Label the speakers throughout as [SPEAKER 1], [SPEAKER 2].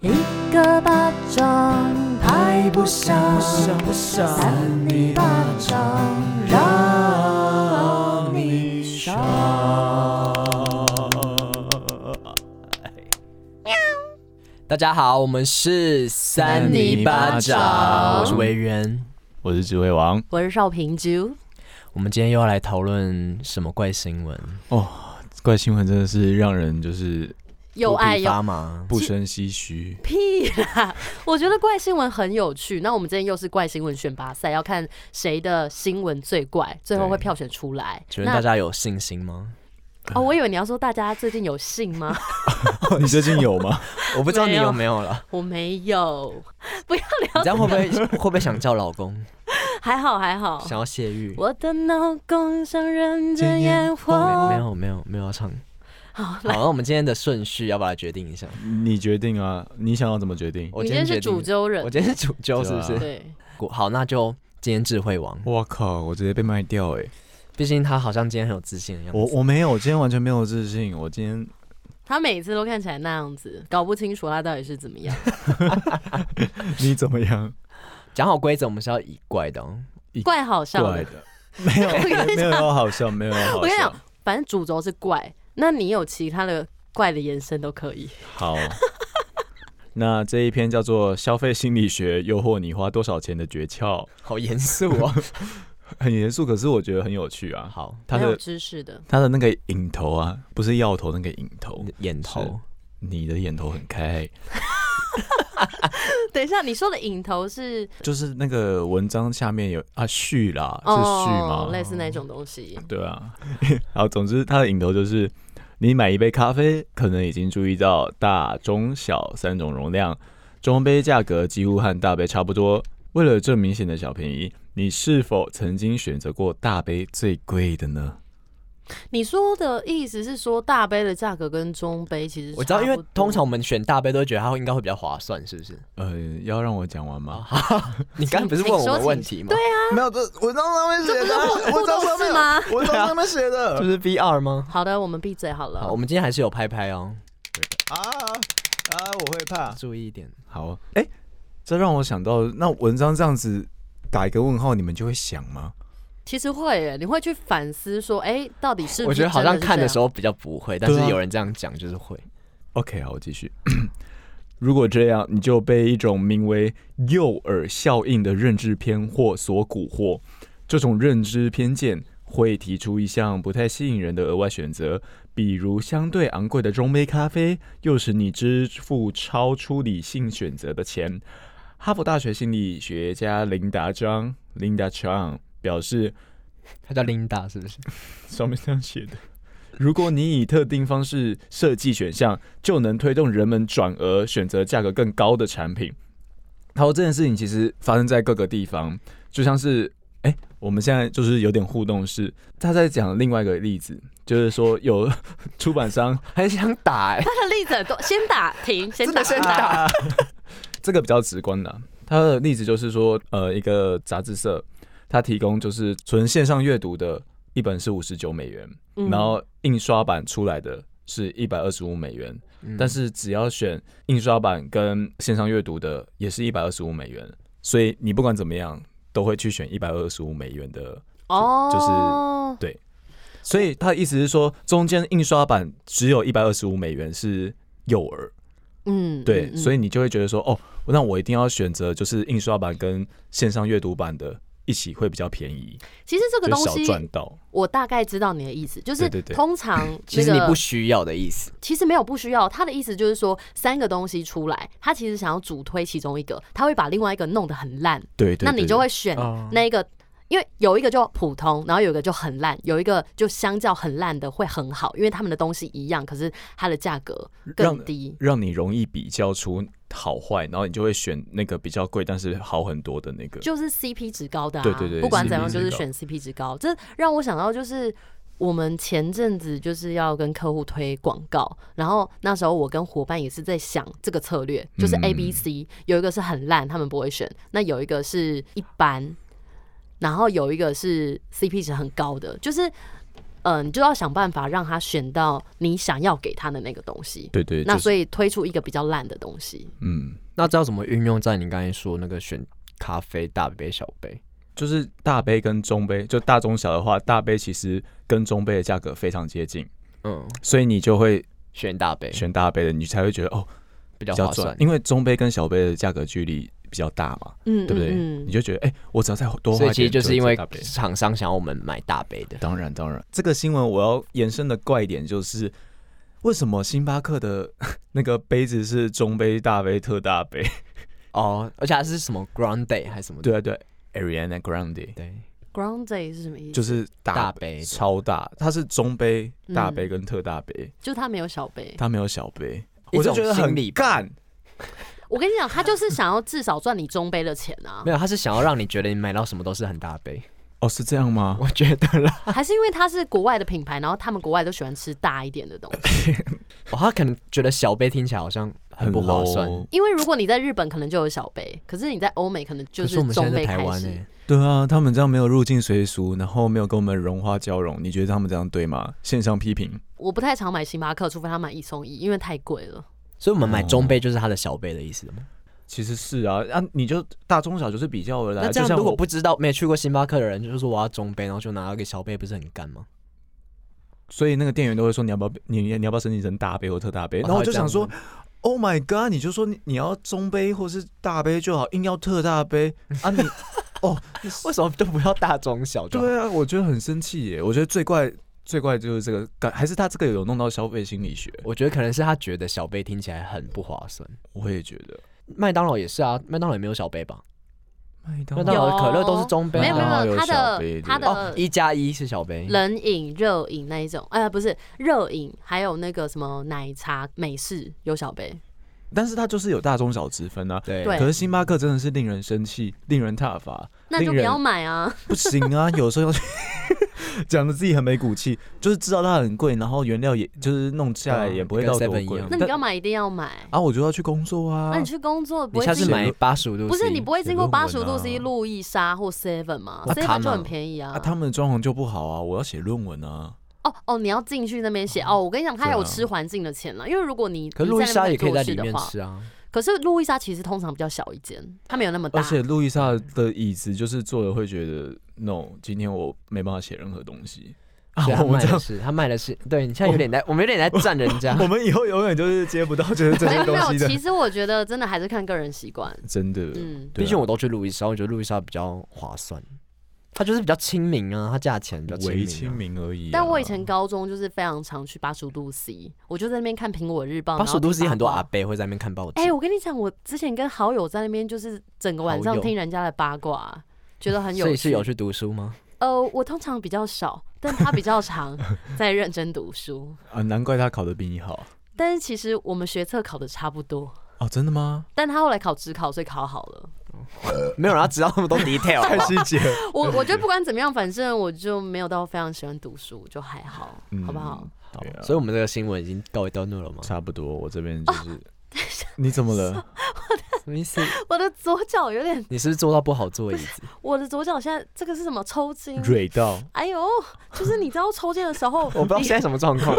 [SPEAKER 1] 一个巴掌拍不响，扇你巴掌让你爽。
[SPEAKER 2] 大家好，我们是三
[SPEAKER 1] 泥巴掌
[SPEAKER 2] 我是维园。
[SPEAKER 3] 我是指挥王
[SPEAKER 1] 我是邵平啾，
[SPEAKER 2] 我们今天又要来讨论什么怪新闻？
[SPEAKER 3] 哦。怪新闻真的是让人就是
[SPEAKER 1] 又
[SPEAKER 2] 头皮
[SPEAKER 1] 爱又
[SPEAKER 2] 发麻。
[SPEAKER 3] 不生唏嘘。
[SPEAKER 1] 哎屁啦！我觉得怪新闻很有趣。那我们今天又是怪新闻选拔赛，要看谁的新闻最怪，最后会
[SPEAKER 3] 对
[SPEAKER 1] 票选出来。
[SPEAKER 2] 请问大家有信心吗？
[SPEAKER 1] 那哦，我以为你要说大家最近有信吗？
[SPEAKER 3] 你最近有吗？
[SPEAKER 2] 我不知道你
[SPEAKER 1] 没有
[SPEAKER 2] 有没有了。
[SPEAKER 1] 我没有，不要
[SPEAKER 2] 你
[SPEAKER 1] 聊
[SPEAKER 2] 这，样会不会会不会想叫老公，
[SPEAKER 1] 还好还好。
[SPEAKER 2] 想要泄欲？
[SPEAKER 1] 我的老公像人间
[SPEAKER 3] 今天
[SPEAKER 1] 烟
[SPEAKER 2] 没哦没
[SPEAKER 1] 火。
[SPEAKER 2] 有没有没有要唱。
[SPEAKER 1] 好，
[SPEAKER 2] 好，那我们今天的顺序要把它决定一下。
[SPEAKER 3] 你决定啊，你想要怎么决定？
[SPEAKER 2] 我
[SPEAKER 1] 你
[SPEAKER 2] 今
[SPEAKER 1] 今
[SPEAKER 2] 天
[SPEAKER 1] 天是
[SPEAKER 2] 决定
[SPEAKER 1] 主，揪人哦
[SPEAKER 2] 我，今天是主揪，是不是？
[SPEAKER 1] 对，
[SPEAKER 2] 好，那就今天智慧王，
[SPEAKER 3] 我靠，我直接被卖掉哎、
[SPEAKER 2] 毕竟他好像今天很有自信的样子。
[SPEAKER 3] 我我没有，我今天完全没有自信。我今 天
[SPEAKER 1] 他每次都看起来那样子，搞不清楚他到底是怎 么样。
[SPEAKER 3] 你怎么样？
[SPEAKER 2] 讲好规则，我们是要以怪的、哦。
[SPEAKER 1] 怪好笑的，
[SPEAKER 3] 怪的，没 有
[SPEAKER 1] 我跟你
[SPEAKER 3] 没有要好笑，没有要
[SPEAKER 1] 我
[SPEAKER 3] 好
[SPEAKER 1] 跟你讲
[SPEAKER 3] 笑。，
[SPEAKER 1] 反正主轴是怪，那你有其他的怪的延伸都可以。
[SPEAKER 3] 好，那这一篇叫做《消费心理学诱惑你花多少钱的诀窍
[SPEAKER 2] 好严肃 哦。》，
[SPEAKER 3] 很严肃，可是我觉得很有趣啊。
[SPEAKER 2] 好，
[SPEAKER 3] 他
[SPEAKER 1] 没有
[SPEAKER 3] 的
[SPEAKER 1] 知识的，
[SPEAKER 3] 他的那个引头啊，不是药头那个引头
[SPEAKER 2] 你的，眼头
[SPEAKER 3] 你的眼头很开，
[SPEAKER 1] 等一下，你说的引头是
[SPEAKER 3] 就是那个文章下面有啊序啦，是序
[SPEAKER 1] 哦，
[SPEAKER 3] 吗？
[SPEAKER 1] 类似那种东西。
[SPEAKER 3] 对啊， 好，总之它的引头就是，你买一杯咖啡，可能已经注意到大、中、小三种容量，中杯价格几乎和大杯差不多。为了这明显的小便宜，你是否曾经选择过大杯最贵的呢？
[SPEAKER 1] 你说的意思是说，大杯的价格跟中杯其实
[SPEAKER 2] 我知道，
[SPEAKER 1] 差
[SPEAKER 2] 因
[SPEAKER 1] 不
[SPEAKER 2] 为通
[SPEAKER 1] 多
[SPEAKER 2] 常我们选大杯都会觉得它会应该会比较划算，是不 是？
[SPEAKER 3] 呃，要让我讲完吗？
[SPEAKER 2] 你刚才不是问我们问题吗？对啊，
[SPEAKER 3] 没有，这文章上面写的，
[SPEAKER 1] 互动是吗？
[SPEAKER 3] 文章上面写 的
[SPEAKER 2] 就是 VR 吗？
[SPEAKER 1] 好的，我们闭嘴好了。
[SPEAKER 2] 好，我们今天还是有拍拍哦，
[SPEAKER 3] 啊啊！我会怕。
[SPEAKER 2] 注意一点。
[SPEAKER 3] 好，哎、这让我想到，那文章这样子打一个问号，你们就会想吗？
[SPEAKER 1] 其实会耶，你会去反思说，哎、到底是不是
[SPEAKER 2] 我觉得好像看的时
[SPEAKER 1] 候，
[SPEAKER 2] 候比较不会，但是
[SPEAKER 3] 对啊
[SPEAKER 2] 有人这样讲就是会。
[SPEAKER 3] OK，好，我继续。 如果这样，你就被一种名为诱饵效应的认知偏惑所蛊惑。这种认知偏见会提出一项不太吸引人的额外选择，比如相对昂贵的中杯咖啡，诱使你支付超出理性选择的钱。哈佛大学心理学家琳达张 （Linda Chang） 表示，
[SPEAKER 2] 他叫 Linda 是不是？
[SPEAKER 3] 上面这样写的。如果你以特定方式设计选项，就能推动人们转而选择价格更高的产品。然后这件事情其实发生在各个地方，就像是哎、我们现在就是有点互动是，他在讲另外一个例子，就是说有出版商
[SPEAKER 2] 很想打哎、
[SPEAKER 1] 他的例子很多，先打停，先打，
[SPEAKER 2] 真的先打
[SPEAKER 3] 啊这个比较直观的、他的例子就是说，呃，一个杂志社，它提供就是纯线上阅读的一本是五十九美元，
[SPEAKER 1] 嗯
[SPEAKER 3] 然后印刷版出来的是一百二十五美元，
[SPEAKER 2] 嗯
[SPEAKER 3] 但是只要选印刷版跟线上阅读的也是一百二十五美元，所以你不管怎么样都会去选一百二十五美元的。
[SPEAKER 1] 哦，
[SPEAKER 3] 就是所以他的意思是说，中间印刷版只有一百二十五美元是诱饵，
[SPEAKER 1] 嗯，
[SPEAKER 3] 对，所
[SPEAKER 1] 以
[SPEAKER 3] 以你就会觉得说，哦，那我一定要选择就是印刷版跟线上阅读版的一起会比较便宜，
[SPEAKER 1] 其实这个
[SPEAKER 3] 就
[SPEAKER 1] 东
[SPEAKER 3] 少
[SPEAKER 1] 西
[SPEAKER 3] 赚到。
[SPEAKER 1] 我大概知道你的意思，就是
[SPEAKER 3] 对对对
[SPEAKER 1] 通常那个
[SPEAKER 2] 其实你不需要的意思。
[SPEAKER 1] 其实没有不需要，他的意思就是说三个东西出来，他其实想要主推其中一个，他会把另外一个弄得很烂，
[SPEAKER 3] 对对
[SPEAKER 1] 那你就
[SPEAKER 3] 对
[SPEAKER 1] 会选
[SPEAKER 2] 哦
[SPEAKER 1] 那一个。因为有一个就普通，然后有一个就很烂，有一个就相较很烂的会很好，因为他们的东西一样，可是它的价格更
[SPEAKER 3] 让
[SPEAKER 1] 低。
[SPEAKER 3] 让你容易比较出好坏，然后你就会选那个比较贵但是好很多的那个。
[SPEAKER 1] 就是 CP 值高的、啊，
[SPEAKER 3] 对对对
[SPEAKER 1] 不管怎样
[SPEAKER 3] CP 值
[SPEAKER 1] 就是
[SPEAKER 3] 高
[SPEAKER 1] 选 CP 值高。这让我想到就是我们前阵子就是要跟客户推广告，然后那时候我跟伙伴也是在想这个策略，就是
[SPEAKER 3] 嗯
[SPEAKER 1] A、B、C 有一个是很烂，他们不会选；那有一个是一般，然后有一个是 CP 值很高的，就是。呃，你就要想办法让他选到你想要给他的那个东西。
[SPEAKER 3] 对对，
[SPEAKER 1] 那
[SPEAKER 3] 就是
[SPEAKER 1] 所以推出一个比较烂的东西，
[SPEAKER 3] 嗯，
[SPEAKER 2] 那知道怎么运用在你刚才说那个选咖啡大杯小杯？
[SPEAKER 3] 就是大杯跟中杯，就大中小的话，大杯其实跟中杯的价格非常接近，
[SPEAKER 2] 嗯，
[SPEAKER 3] 所以你就会
[SPEAKER 2] 选大杯
[SPEAKER 3] 选大杯的，你才会觉得哦
[SPEAKER 2] 比
[SPEAKER 3] 比
[SPEAKER 2] 较
[SPEAKER 3] 较
[SPEAKER 2] 划
[SPEAKER 3] 赚
[SPEAKER 2] 算，，
[SPEAKER 3] 因为中杯跟小杯的价格距离比较大嘛，
[SPEAKER 1] 嗯，
[SPEAKER 3] 对不对？
[SPEAKER 1] 嗯
[SPEAKER 3] 你就觉得哎、我只要再多
[SPEAKER 2] 所
[SPEAKER 3] 花
[SPEAKER 2] 以
[SPEAKER 3] 一
[SPEAKER 2] 其实
[SPEAKER 3] 点，
[SPEAKER 2] 就是因
[SPEAKER 3] 会
[SPEAKER 2] 为
[SPEAKER 3] 大杯
[SPEAKER 2] 厂商想要我们买大杯的，
[SPEAKER 3] 当然，当然，这个新闻我要延伸的怪点就是，为什么星巴克的 那个杯子是中杯、大杯、特大杯？
[SPEAKER 2] 哦，而且还是什么 Ground Day 还是什么的？
[SPEAKER 3] 对啊，对，Ariana Grande
[SPEAKER 2] 对，
[SPEAKER 1] Ground Day 是什么意思？就
[SPEAKER 3] 就是大
[SPEAKER 2] 大杯的
[SPEAKER 3] 超大，它是中杯、
[SPEAKER 1] 嗯
[SPEAKER 3] 大杯跟特大杯，
[SPEAKER 1] 就他没有小杯。
[SPEAKER 3] 它没有小杯，
[SPEAKER 2] 一
[SPEAKER 3] 我就
[SPEAKER 2] 种
[SPEAKER 3] 觉得很
[SPEAKER 2] 心理吧
[SPEAKER 3] 干。
[SPEAKER 1] 我跟你讲，他就是想要至少赚你中杯的钱啊
[SPEAKER 2] 没，有，他是想要让你觉得你买到什么都是很大杯，
[SPEAKER 3] 哦，是这样吗？
[SPEAKER 2] 我觉得啦，
[SPEAKER 1] 还是因为他是国外的品牌，然后他们国外都喜欢吃大一点的东西。
[SPEAKER 2] 哦，他可能觉得小杯听起来好像很不划算。
[SPEAKER 3] low
[SPEAKER 1] 因为如果你在日本可能就有小杯，可是你在欧美可能就
[SPEAKER 2] 可是我们现
[SPEAKER 1] 中
[SPEAKER 2] 在
[SPEAKER 1] 杯
[SPEAKER 2] 在台
[SPEAKER 1] 开
[SPEAKER 2] 湾
[SPEAKER 1] 始。
[SPEAKER 2] 欸
[SPEAKER 3] 对啊，他们这样没有入境随俗，然后没有跟我们融化交融，你觉得他们这样对吗？线上批评，
[SPEAKER 1] 我不太常买星巴克，除非他买一送一，因为太贵了。
[SPEAKER 2] 所以我们买中杯就是它的小杯的意思吗？
[SPEAKER 3] 其实是啊，啊，你就大中小就是比较而来。
[SPEAKER 2] 那这样
[SPEAKER 3] 啊就像
[SPEAKER 2] 如果
[SPEAKER 3] 我
[SPEAKER 2] 不知道没去过星巴克的人，就是说我要中杯，然后就拿到一个小杯，不是很干吗？
[SPEAKER 3] 所以那个店员都会说你要不要你你要不要升级成大杯或特大杯？
[SPEAKER 2] 哦
[SPEAKER 3] 然后我
[SPEAKER 2] 他
[SPEAKER 3] 就
[SPEAKER 2] 会这样
[SPEAKER 3] 想说，Oh my god！你就说你你要中杯或是大杯就好，硬要特大杯啊你哦，
[SPEAKER 2] 为什么都不要大中小就好？
[SPEAKER 3] 对啊，我觉得很生气耶。我觉得最怪最怪就是这个感，还是他这个有弄到消费心理学。
[SPEAKER 2] 我觉得可能是他觉得小杯听起来很不划算。
[SPEAKER 3] 我也觉得
[SPEAKER 2] 麦当劳也是啊，麦当劳也没有小杯吧？
[SPEAKER 3] 麦当
[SPEAKER 2] 麦当
[SPEAKER 1] 有
[SPEAKER 2] 劳的可乐都是中杯
[SPEAKER 1] 没
[SPEAKER 2] 啊，
[SPEAKER 1] 有没有没
[SPEAKER 3] 然后
[SPEAKER 1] 有，
[SPEAKER 3] 有
[SPEAKER 1] 它
[SPEAKER 3] 小
[SPEAKER 1] 的
[SPEAKER 3] 杯
[SPEAKER 1] 它
[SPEAKER 3] 对
[SPEAKER 1] 的
[SPEAKER 2] 哦，一加一是小杯，
[SPEAKER 1] 冷饮、热饮那一种，呃，不是热饮，还有那个什么奶茶、美式有小杯，
[SPEAKER 3] 但是它就是有大中小之分啊。
[SPEAKER 2] 对
[SPEAKER 1] 对
[SPEAKER 3] 可是星巴克真的是令人生气，令人挞伐。
[SPEAKER 1] 那就
[SPEAKER 3] 令
[SPEAKER 1] 不
[SPEAKER 3] 人
[SPEAKER 1] 要买啊。
[SPEAKER 3] 不行啊，有时候 要去讲的自己很没骨气，就是知道它很贵，然后原料也就是弄下来
[SPEAKER 2] 嗯
[SPEAKER 3] 也不会到多
[SPEAKER 2] 跟 7-Eleven 一
[SPEAKER 3] 贵
[SPEAKER 2] 样。
[SPEAKER 1] 那你干嘛一定要买？
[SPEAKER 3] 啊？我就要去工作啊
[SPEAKER 1] 那你。去工作不
[SPEAKER 2] 你
[SPEAKER 1] 会
[SPEAKER 2] 下
[SPEAKER 1] 自
[SPEAKER 2] 次
[SPEAKER 1] 己
[SPEAKER 2] 买八十五度 C，
[SPEAKER 1] 不是你不会经过
[SPEAKER 3] 写论文
[SPEAKER 1] 八
[SPEAKER 3] 啊
[SPEAKER 1] 十度 C 路易莎或 Seven 吗
[SPEAKER 2] 啊他
[SPEAKER 1] ？Seven
[SPEAKER 2] 们
[SPEAKER 1] 就很便宜啊
[SPEAKER 3] 啊，。他们的装潢就不好啊，我要写论文啊。
[SPEAKER 1] 哦哦，你要进去那边写哦。我跟你讲，他
[SPEAKER 3] 对啊
[SPEAKER 1] 有吃环境的钱了，因为如果你
[SPEAKER 2] 可是路易莎也可以在
[SPEAKER 1] 你
[SPEAKER 2] 里
[SPEAKER 1] 那
[SPEAKER 2] 面
[SPEAKER 1] 边做事
[SPEAKER 2] 吃啊。
[SPEAKER 1] 的话，可是路易莎其实通常比较小一间，它没有那么大
[SPEAKER 3] 而。 且呃路易莎的椅子就是坐了会觉得，no，今天我没办法写任何东 西。啊
[SPEAKER 2] 对，他，
[SPEAKER 3] 我们
[SPEAKER 2] 卖
[SPEAKER 3] 这
[SPEAKER 2] 的
[SPEAKER 3] 样，
[SPEAKER 2] 是他卖的是，对你现在有点在，我们有点在占人家。
[SPEAKER 3] 我们以后永远就是接不到就是 这
[SPEAKER 1] 没
[SPEAKER 3] 些
[SPEAKER 1] 有没
[SPEAKER 3] 东
[SPEAKER 1] 有，
[SPEAKER 3] 西的
[SPEAKER 1] 其，实我觉得真的还是看个人习惯。
[SPEAKER 3] 真的。
[SPEAKER 1] 嗯，
[SPEAKER 3] 对啊
[SPEAKER 2] 毕竟我都去路易莎，我觉得路易莎比较划算，它就是比较亲民啊，它价钱比较亲
[SPEAKER 3] 为
[SPEAKER 2] 民、啊。
[SPEAKER 3] 清明而已啊、
[SPEAKER 1] 但我以前高中就是非常常去八十度 C，我就在那边看苹果日报。
[SPEAKER 2] 巴蜀都是
[SPEAKER 1] 然后听
[SPEAKER 2] 很多
[SPEAKER 1] 八卦
[SPEAKER 2] 阿伯会在那边看报纸。
[SPEAKER 1] 哎、我跟你讲，我之前跟好友在那边，就是整个晚
[SPEAKER 2] 好
[SPEAKER 1] 上
[SPEAKER 2] 友
[SPEAKER 1] 听人家的八卦，觉得很有
[SPEAKER 2] 所
[SPEAKER 1] 趣。
[SPEAKER 2] 以是有去读书吗？
[SPEAKER 1] 呃，我通常比较少，但他比较 常在认真读书。
[SPEAKER 3] 啊，难怪他考的比你好
[SPEAKER 1] 但是其实我们学测考的差不多，
[SPEAKER 3] 哦，真的吗？
[SPEAKER 1] 但他后来考职考，所以考好了。
[SPEAKER 2] 没有人要知道那么多 detail 啊
[SPEAKER 3] 太
[SPEAKER 2] 好不好
[SPEAKER 3] 细节了。
[SPEAKER 1] 我我觉得不管怎么样，反正我就没有到非常喜欢读书，就还好，
[SPEAKER 2] 嗯
[SPEAKER 3] 嗯
[SPEAKER 1] 好不好？
[SPEAKER 3] 好
[SPEAKER 2] 好所以我们这个新闻已经告一段落了吗？
[SPEAKER 3] 差不多，我这边
[SPEAKER 1] 哦
[SPEAKER 3] 就是。你怎么了？
[SPEAKER 2] 什么意思？
[SPEAKER 1] 我的左脚有点，
[SPEAKER 2] 你是不是坐到不好坐椅子？
[SPEAKER 1] 我的左脚现在这个是什么抽筋？
[SPEAKER 3] 蕊到
[SPEAKER 1] 哎呦，就是你知道抽筋的时候，
[SPEAKER 2] 我不知道
[SPEAKER 1] 你
[SPEAKER 2] 现在什么状 况。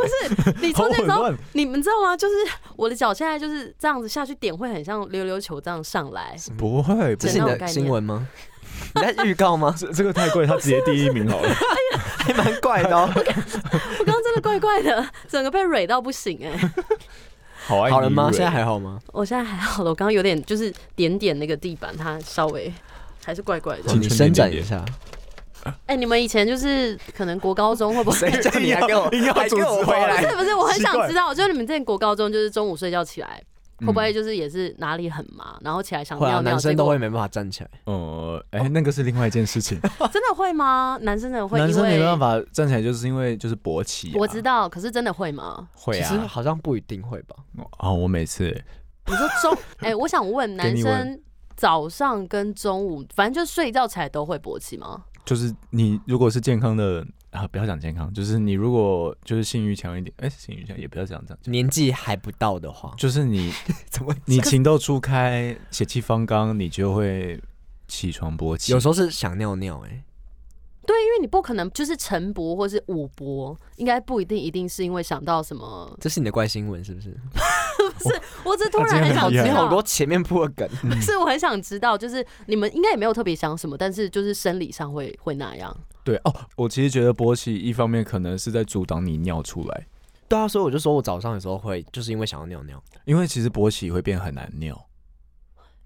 [SPEAKER 1] 你
[SPEAKER 3] 好
[SPEAKER 1] 抽筋
[SPEAKER 3] 混
[SPEAKER 1] 的时候，
[SPEAKER 3] 乱，
[SPEAKER 1] 你们知道吗？就是我的脚现在就是这样子下去，点会很像溜溜球这样上 来。
[SPEAKER 3] 不会，
[SPEAKER 2] 这
[SPEAKER 3] 不
[SPEAKER 2] 是
[SPEAKER 3] 是
[SPEAKER 2] 你
[SPEAKER 1] 那种
[SPEAKER 2] 的
[SPEAKER 1] 概念
[SPEAKER 2] 新闻吗？你在预告 吗？
[SPEAKER 3] 这这个太贵，他直接第一名好了。
[SPEAKER 2] 还蛮怪 的哦。
[SPEAKER 1] 我刚刚真的怪怪的，整个被蕊到不行哎、
[SPEAKER 3] 好爱哎你
[SPEAKER 2] 好了吗？
[SPEAKER 3] 蕊
[SPEAKER 2] 现在还好吗？
[SPEAKER 1] 我现在还好了，我刚刚有点就是点点那个地板，它稍微还是怪怪的
[SPEAKER 3] 青。春
[SPEAKER 2] 哦你伸展一下。
[SPEAKER 1] 哎、你们以前就是可能国高中会 不 会？
[SPEAKER 2] 谁叫你还给我
[SPEAKER 3] 硬要
[SPEAKER 2] 还给我回
[SPEAKER 1] 不
[SPEAKER 2] 来？
[SPEAKER 1] 是不是，我很
[SPEAKER 3] 奇
[SPEAKER 1] 想
[SPEAKER 3] 怪
[SPEAKER 1] 知道，就是你们之前国高中就是中午睡觉起来，会不会就是也是哪里很麻，然后起来想
[SPEAKER 2] 会啊，
[SPEAKER 1] 尿尿，
[SPEAKER 2] 男生
[SPEAKER 1] 结
[SPEAKER 2] 都
[SPEAKER 1] 果
[SPEAKER 2] 会没办法站起来。
[SPEAKER 3] 呃，哎，那个是另外一件事情。
[SPEAKER 1] 真的会吗？男生真哦 的会因为
[SPEAKER 3] 男生没办法站起来，就是因为就是勃起啊。
[SPEAKER 1] 我知道，可是真的会吗？
[SPEAKER 3] 会
[SPEAKER 2] 其实
[SPEAKER 3] 啊。
[SPEAKER 2] 好像不一定会吧。
[SPEAKER 3] 哦，我每次
[SPEAKER 1] 你说 中，哎、我想问，
[SPEAKER 3] 给
[SPEAKER 1] 男
[SPEAKER 3] 你
[SPEAKER 1] 生早上跟中午，反正就睡觉起来都会勃起吗？
[SPEAKER 3] 就是你如果是健康的啊，不要讲健康，就是你如果就是性欲强一点，哎，性欲强也不要讲这样，
[SPEAKER 2] 年纪还不到的话，
[SPEAKER 3] 就 是你
[SPEAKER 2] 怎么
[SPEAKER 3] 你情窦初开，血气方刚，你就会起床勃起。
[SPEAKER 2] 有时候是想尿尿哎、
[SPEAKER 1] 对，因为你不可能就是晨勃或是午勃，应该不一定一定是因为想到什么。
[SPEAKER 2] 这是你的怪新闻是不是？
[SPEAKER 1] 我只是突然很想
[SPEAKER 3] 好
[SPEAKER 1] 知
[SPEAKER 2] 你
[SPEAKER 3] 厉害
[SPEAKER 2] 好多
[SPEAKER 1] 道，
[SPEAKER 2] 前面铺的梗，
[SPEAKER 1] 是我很想知道，就是你们应该也没有特别想什么，但是就是生理上会会那样。
[SPEAKER 3] 对哦，我其实觉得勃起一方面可能是在阻挡你尿出来，
[SPEAKER 2] 对啊，所以我就说我早上有时候会，就是因为想要尿尿，
[SPEAKER 3] 因为其实勃起会变很难尿，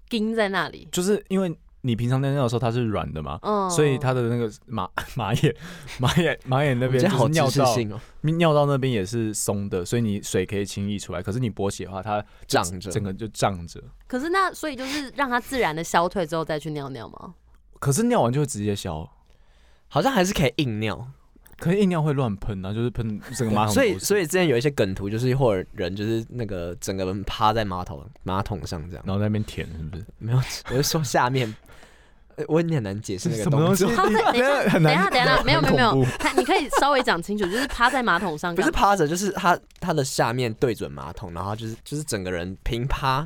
[SPEAKER 1] 钉在那里，
[SPEAKER 3] 就是因为你平常尿尿的时候它是软的嘛，
[SPEAKER 2] 哦
[SPEAKER 1] 嗯，
[SPEAKER 3] 所以它的那个马马眼、马眼、马眼那
[SPEAKER 2] 我觉
[SPEAKER 3] 边
[SPEAKER 2] 得
[SPEAKER 3] 就
[SPEAKER 2] 好知
[SPEAKER 3] 是尿
[SPEAKER 2] 识
[SPEAKER 3] 道，
[SPEAKER 2] 性哦，
[SPEAKER 3] 尿道那边也是松的，所以你水可以轻易出来。可是你勃起的话，它
[SPEAKER 2] 胀着。
[SPEAKER 3] 整个就胀着。
[SPEAKER 1] 可是那所以就是让它自然的消退之后再去尿尿吗？
[SPEAKER 3] 可是尿完就会直接消，
[SPEAKER 2] 好像还是可以硬尿，
[SPEAKER 3] 可是一尿会乱喷啊，就是喷整个马桶。
[SPEAKER 2] 所以所以，之前有一些梗图，就是或者人就是那个整个人趴在马桶马桶上这样，
[SPEAKER 3] 然后在那边舔是不是？
[SPEAKER 2] 没有，我是说下面， 呃我也很难解释那个
[SPEAKER 3] 什么东
[SPEAKER 2] 动
[SPEAKER 3] 西？
[SPEAKER 2] 作，
[SPEAKER 3] 你
[SPEAKER 1] 他在等一下
[SPEAKER 3] 很
[SPEAKER 1] 等一
[SPEAKER 3] 难
[SPEAKER 1] 下，等一下，没有没有没
[SPEAKER 3] 很恐
[SPEAKER 1] 有
[SPEAKER 3] 怖，
[SPEAKER 1] 他你可以稍微讲清楚，就是趴在马桶上
[SPEAKER 2] 不
[SPEAKER 1] 干
[SPEAKER 2] 是
[SPEAKER 1] 嘛，
[SPEAKER 2] 趴着，就是他他的下面对准马桶，然后他就是就是整个人平趴，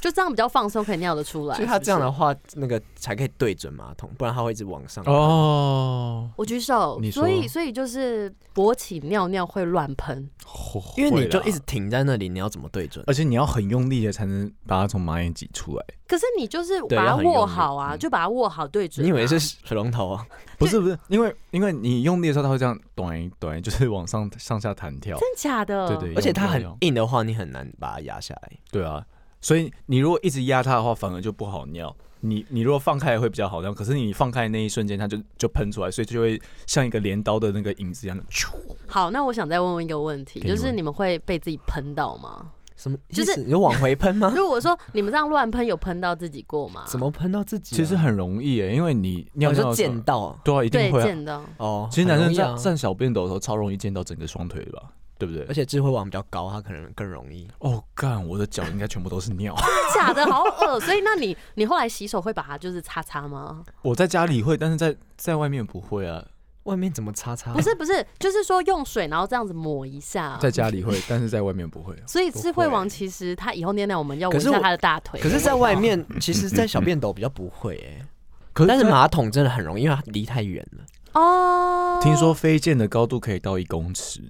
[SPEAKER 1] 就这样比较放松，可以尿得出来
[SPEAKER 2] 就。他这样的话，那个才可以对准马桶，不然他会一直往上。
[SPEAKER 3] 哦，
[SPEAKER 1] 我举手
[SPEAKER 3] 你，说
[SPEAKER 1] 所以所以就是勃起尿尿会乱喷，
[SPEAKER 3] 哦
[SPEAKER 2] 因为你就一直，停在那里，你要怎么对准？
[SPEAKER 3] 而且你要很用力的才能把它从马眼挤出来。
[SPEAKER 1] 可是你就是
[SPEAKER 2] 对
[SPEAKER 1] 把它
[SPEAKER 2] 要很用力
[SPEAKER 1] 握好啊，
[SPEAKER 2] 嗯
[SPEAKER 1] 就把它握好对准
[SPEAKER 2] 你
[SPEAKER 1] 啊。
[SPEAKER 2] 以为是水龙头啊？
[SPEAKER 3] 不是不是，因为因为你用力的时候，它会这样短短，就是往上上下弹跳。
[SPEAKER 1] 真假的？
[SPEAKER 3] 对对
[SPEAKER 2] 而且它
[SPEAKER 3] 要
[SPEAKER 2] 很
[SPEAKER 3] 要
[SPEAKER 2] 硬的话，你很难把它压下来。
[SPEAKER 3] 对啊，所以你如果一直压它的话，反而就不好尿。你你如果放开会比较好尿，可是你放开那一瞬间，它就就喷出来，所以就会像一个镰刀的那个影子一样。
[SPEAKER 2] 啊
[SPEAKER 3] 咻
[SPEAKER 1] 好，那我想再问问一个问题，
[SPEAKER 3] 给你
[SPEAKER 1] 就是
[SPEAKER 3] 问
[SPEAKER 1] 你们会被自己喷到吗？
[SPEAKER 2] 什么意
[SPEAKER 1] 就
[SPEAKER 2] 思？
[SPEAKER 1] 是
[SPEAKER 2] 你就往回喷 吗？
[SPEAKER 1] 如果说你们这样乱喷，有喷到自己过吗？
[SPEAKER 2] 怎么喷到自己啊？
[SPEAKER 3] 其实很容易耶、因为你尿
[SPEAKER 2] 我
[SPEAKER 3] 尿
[SPEAKER 2] 说
[SPEAKER 3] 的时候
[SPEAKER 2] 溅，到啊
[SPEAKER 3] 对啊，一定
[SPEAKER 1] 对
[SPEAKER 3] 会、啊。
[SPEAKER 1] 见到？
[SPEAKER 2] 哦。
[SPEAKER 3] 其实男
[SPEAKER 2] 很
[SPEAKER 3] 生
[SPEAKER 2] 容易
[SPEAKER 3] 站
[SPEAKER 2] 啊，
[SPEAKER 3] 站小便斗的时候，超容易溅到整个双腿的吧，对不对
[SPEAKER 2] 而？且智慧网比较高，他可能更容易。
[SPEAKER 3] 哦，干，我的脚应该全部都是尿。
[SPEAKER 1] 真 假的好恶，所以那你你后来洗手会把它就是擦擦吗？
[SPEAKER 3] 我在家里会，但是在在外面不会啊，
[SPEAKER 2] 外面怎么擦擦？
[SPEAKER 1] 不是不是，就是说用水然后这样子抹一下。
[SPEAKER 3] 在家里会，但是在外面不会。
[SPEAKER 1] 所以智慧
[SPEAKER 2] 不会
[SPEAKER 1] 王其实他以后尿尿，我们要
[SPEAKER 2] 可
[SPEAKER 1] 闻一
[SPEAKER 2] 是
[SPEAKER 1] 下
[SPEAKER 2] 我
[SPEAKER 1] 他的大腿。
[SPEAKER 2] 可是，在外面，其实，在小便斗比较不会哎、
[SPEAKER 3] 可
[SPEAKER 2] 但是
[SPEAKER 3] 在
[SPEAKER 2] 马桶真的很容易，因为它离太远了。
[SPEAKER 1] 哦，
[SPEAKER 3] 听说飞溅的高度可以到一公尺，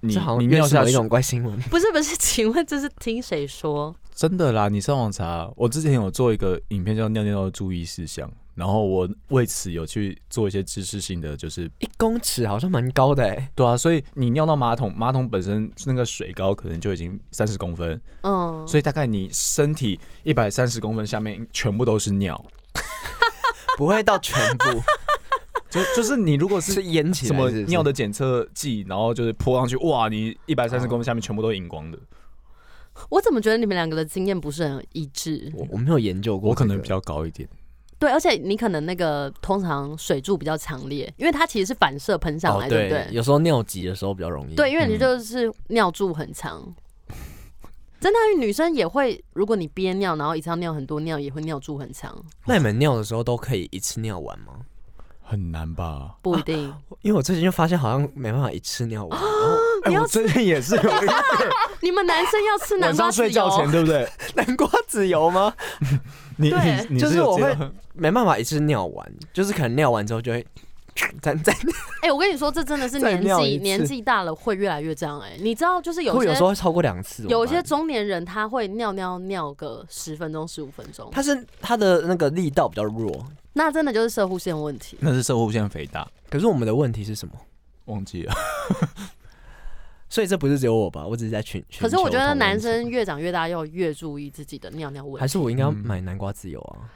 [SPEAKER 3] 你
[SPEAKER 2] 这好像
[SPEAKER 3] 你尿
[SPEAKER 2] 又是
[SPEAKER 3] 下
[SPEAKER 2] 某一
[SPEAKER 3] 去
[SPEAKER 2] 种怪新闻。
[SPEAKER 1] 不是不是，请问这是听谁说？
[SPEAKER 3] 真的啦，你上网查，我之前有做一个影片叫《尿尿的注意事项》，然后我为此有去做一些知识性的，就是
[SPEAKER 2] 一公尺好像蛮高的哎、
[SPEAKER 3] 对啊，所以你尿到马桶，马桶本身那个水高可能就已经三十公分，
[SPEAKER 1] 嗯，
[SPEAKER 3] 所以大概你身体一百三十公分下面全部都是尿，
[SPEAKER 2] 不会到全 部
[SPEAKER 3] 就就是你如果是
[SPEAKER 2] 是淹起来
[SPEAKER 3] 什么
[SPEAKER 2] 是不是
[SPEAKER 3] 尿的检测剂，然后就是泼上去，哇，你一百三十公分下面全部都荧光的，
[SPEAKER 1] 我怎么觉得你们两个的经验不是很一致？
[SPEAKER 2] 我我没有研究过、
[SPEAKER 3] 我可能比。较高一点，
[SPEAKER 1] 对，而且你可能那个通常水柱比较强烈，因为它其实是反射喷上
[SPEAKER 2] 哦
[SPEAKER 1] 来，，
[SPEAKER 2] 对
[SPEAKER 1] 对不对？
[SPEAKER 2] 有时候尿急的时候比较容易。
[SPEAKER 1] 对，，因为
[SPEAKER 3] 嗯
[SPEAKER 1] 你就是尿柱很长。真的啊，女生也会，如果你憋尿，然后一次要尿很多尿，也会尿柱很长，
[SPEAKER 2] 那你们尿的时候都可以一次尿完吗？
[SPEAKER 3] 很难吧？
[SPEAKER 1] 不 一定。
[SPEAKER 2] 因为我最近就发现好像没办法一次尿 完，然后
[SPEAKER 3] 哎、我最近也是有一点
[SPEAKER 1] 你们男生要吃南
[SPEAKER 3] 晚
[SPEAKER 1] 瓜
[SPEAKER 3] 上
[SPEAKER 1] 子
[SPEAKER 3] 睡觉前，
[SPEAKER 1] 油，
[SPEAKER 3] 对不对？
[SPEAKER 2] 南瓜籽油吗？
[SPEAKER 3] 你
[SPEAKER 1] 对
[SPEAKER 3] 你你
[SPEAKER 2] 就是
[SPEAKER 3] 有
[SPEAKER 2] 我
[SPEAKER 3] 这
[SPEAKER 2] 会
[SPEAKER 3] 样
[SPEAKER 2] 没办法一次尿完，就是可能尿完之后就会 站在，
[SPEAKER 1] 哎、我跟你说，这真的 是
[SPEAKER 2] 再
[SPEAKER 1] 年
[SPEAKER 2] 尿
[SPEAKER 1] 纪
[SPEAKER 2] 一次
[SPEAKER 1] 年纪大了会越来越这样、哎，你知道，就是有
[SPEAKER 2] 会
[SPEAKER 1] 些
[SPEAKER 2] 有时候会超过两次。
[SPEAKER 1] 有一
[SPEAKER 2] 怎
[SPEAKER 1] 些
[SPEAKER 2] 么
[SPEAKER 1] 中年人他会尿尿尿个十分钟十五分钟
[SPEAKER 2] 办，它是它的那个力道比较弱，
[SPEAKER 1] 那真的就是射护腺问题。
[SPEAKER 3] 那是射护腺肥大，
[SPEAKER 2] 可是我们的问题是什么？
[SPEAKER 3] 忘记了。
[SPEAKER 2] 所以这不是只有我吧？我只是在群。
[SPEAKER 1] 可是
[SPEAKER 2] 寻求
[SPEAKER 1] 我觉
[SPEAKER 2] 同
[SPEAKER 1] 得
[SPEAKER 2] 温
[SPEAKER 1] 男
[SPEAKER 2] 层
[SPEAKER 1] 生越长越大要越注意自己的尿尿问
[SPEAKER 2] 还
[SPEAKER 1] 题。
[SPEAKER 2] 是我应该要
[SPEAKER 3] 嗯
[SPEAKER 2] 买南瓜籽油啊？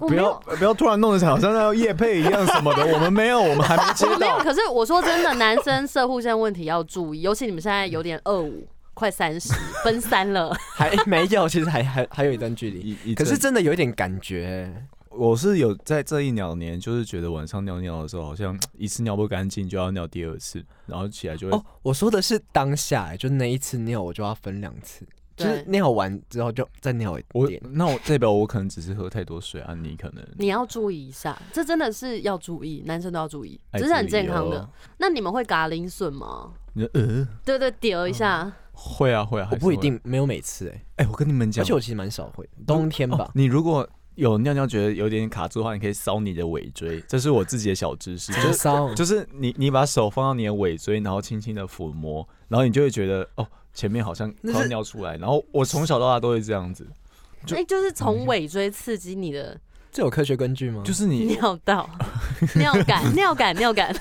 [SPEAKER 1] 我没有，
[SPEAKER 3] 不要突然弄得好像要叶配一样什么的，我们没有，我们还没接
[SPEAKER 1] 哦没有。。可是我说真的，男生射护腺问题要注意，尤其你们现在有点二五，快三十，奔三了。
[SPEAKER 2] 还 没有，其实还还还有一段距离。
[SPEAKER 3] 一一
[SPEAKER 2] 可是
[SPEAKER 3] 阵
[SPEAKER 2] 真的有一点感觉，
[SPEAKER 3] 我是有在这一两年，就是觉得晚上尿尿的时候，好像一次尿不干净就要尿第二次，然后起来就会、
[SPEAKER 2] 哦，我说的是当下、就那一次尿我就要分两次，就
[SPEAKER 1] 对
[SPEAKER 2] 是尿完之后就再尿一
[SPEAKER 3] 我
[SPEAKER 2] 点。
[SPEAKER 3] 那我代表我可能只是喝太多水啊，你可能
[SPEAKER 1] 你要注意一下，这真的是要注意，男生都要注意，
[SPEAKER 3] 爱
[SPEAKER 1] 这是很
[SPEAKER 3] 自己
[SPEAKER 1] 健康的
[SPEAKER 3] 哦。。
[SPEAKER 1] 那你们会嘎铃顺吗？
[SPEAKER 3] 你说呃
[SPEAKER 1] 对对，屌一
[SPEAKER 2] 嗯
[SPEAKER 1] 下。
[SPEAKER 3] 会啊会啊，还
[SPEAKER 2] 我
[SPEAKER 3] 是
[SPEAKER 2] 不一
[SPEAKER 3] 会。
[SPEAKER 2] 定没有每次哎、
[SPEAKER 3] 哎、我跟你们
[SPEAKER 2] 而
[SPEAKER 3] 讲
[SPEAKER 2] 且，我其实蛮少会，冬天吧
[SPEAKER 3] 哦。你如果有尿尿觉得有点卡住的话，你可以搔你的尾 椎，这是我自己的小知识，就是
[SPEAKER 2] 骚
[SPEAKER 3] 就是你你把手放到你的尾椎，然后轻轻的抚摸，然后你就会觉得哦，前面好像
[SPEAKER 2] 那
[SPEAKER 3] 快
[SPEAKER 2] 是嗯
[SPEAKER 3] 要尿出来。然后我从小到大都会这样子，就
[SPEAKER 1] 哎、就是从尾椎刺激你的
[SPEAKER 2] 这有科学根据吗？
[SPEAKER 3] 就是 是你
[SPEAKER 1] 尿道、 尿感、尿感、尿感，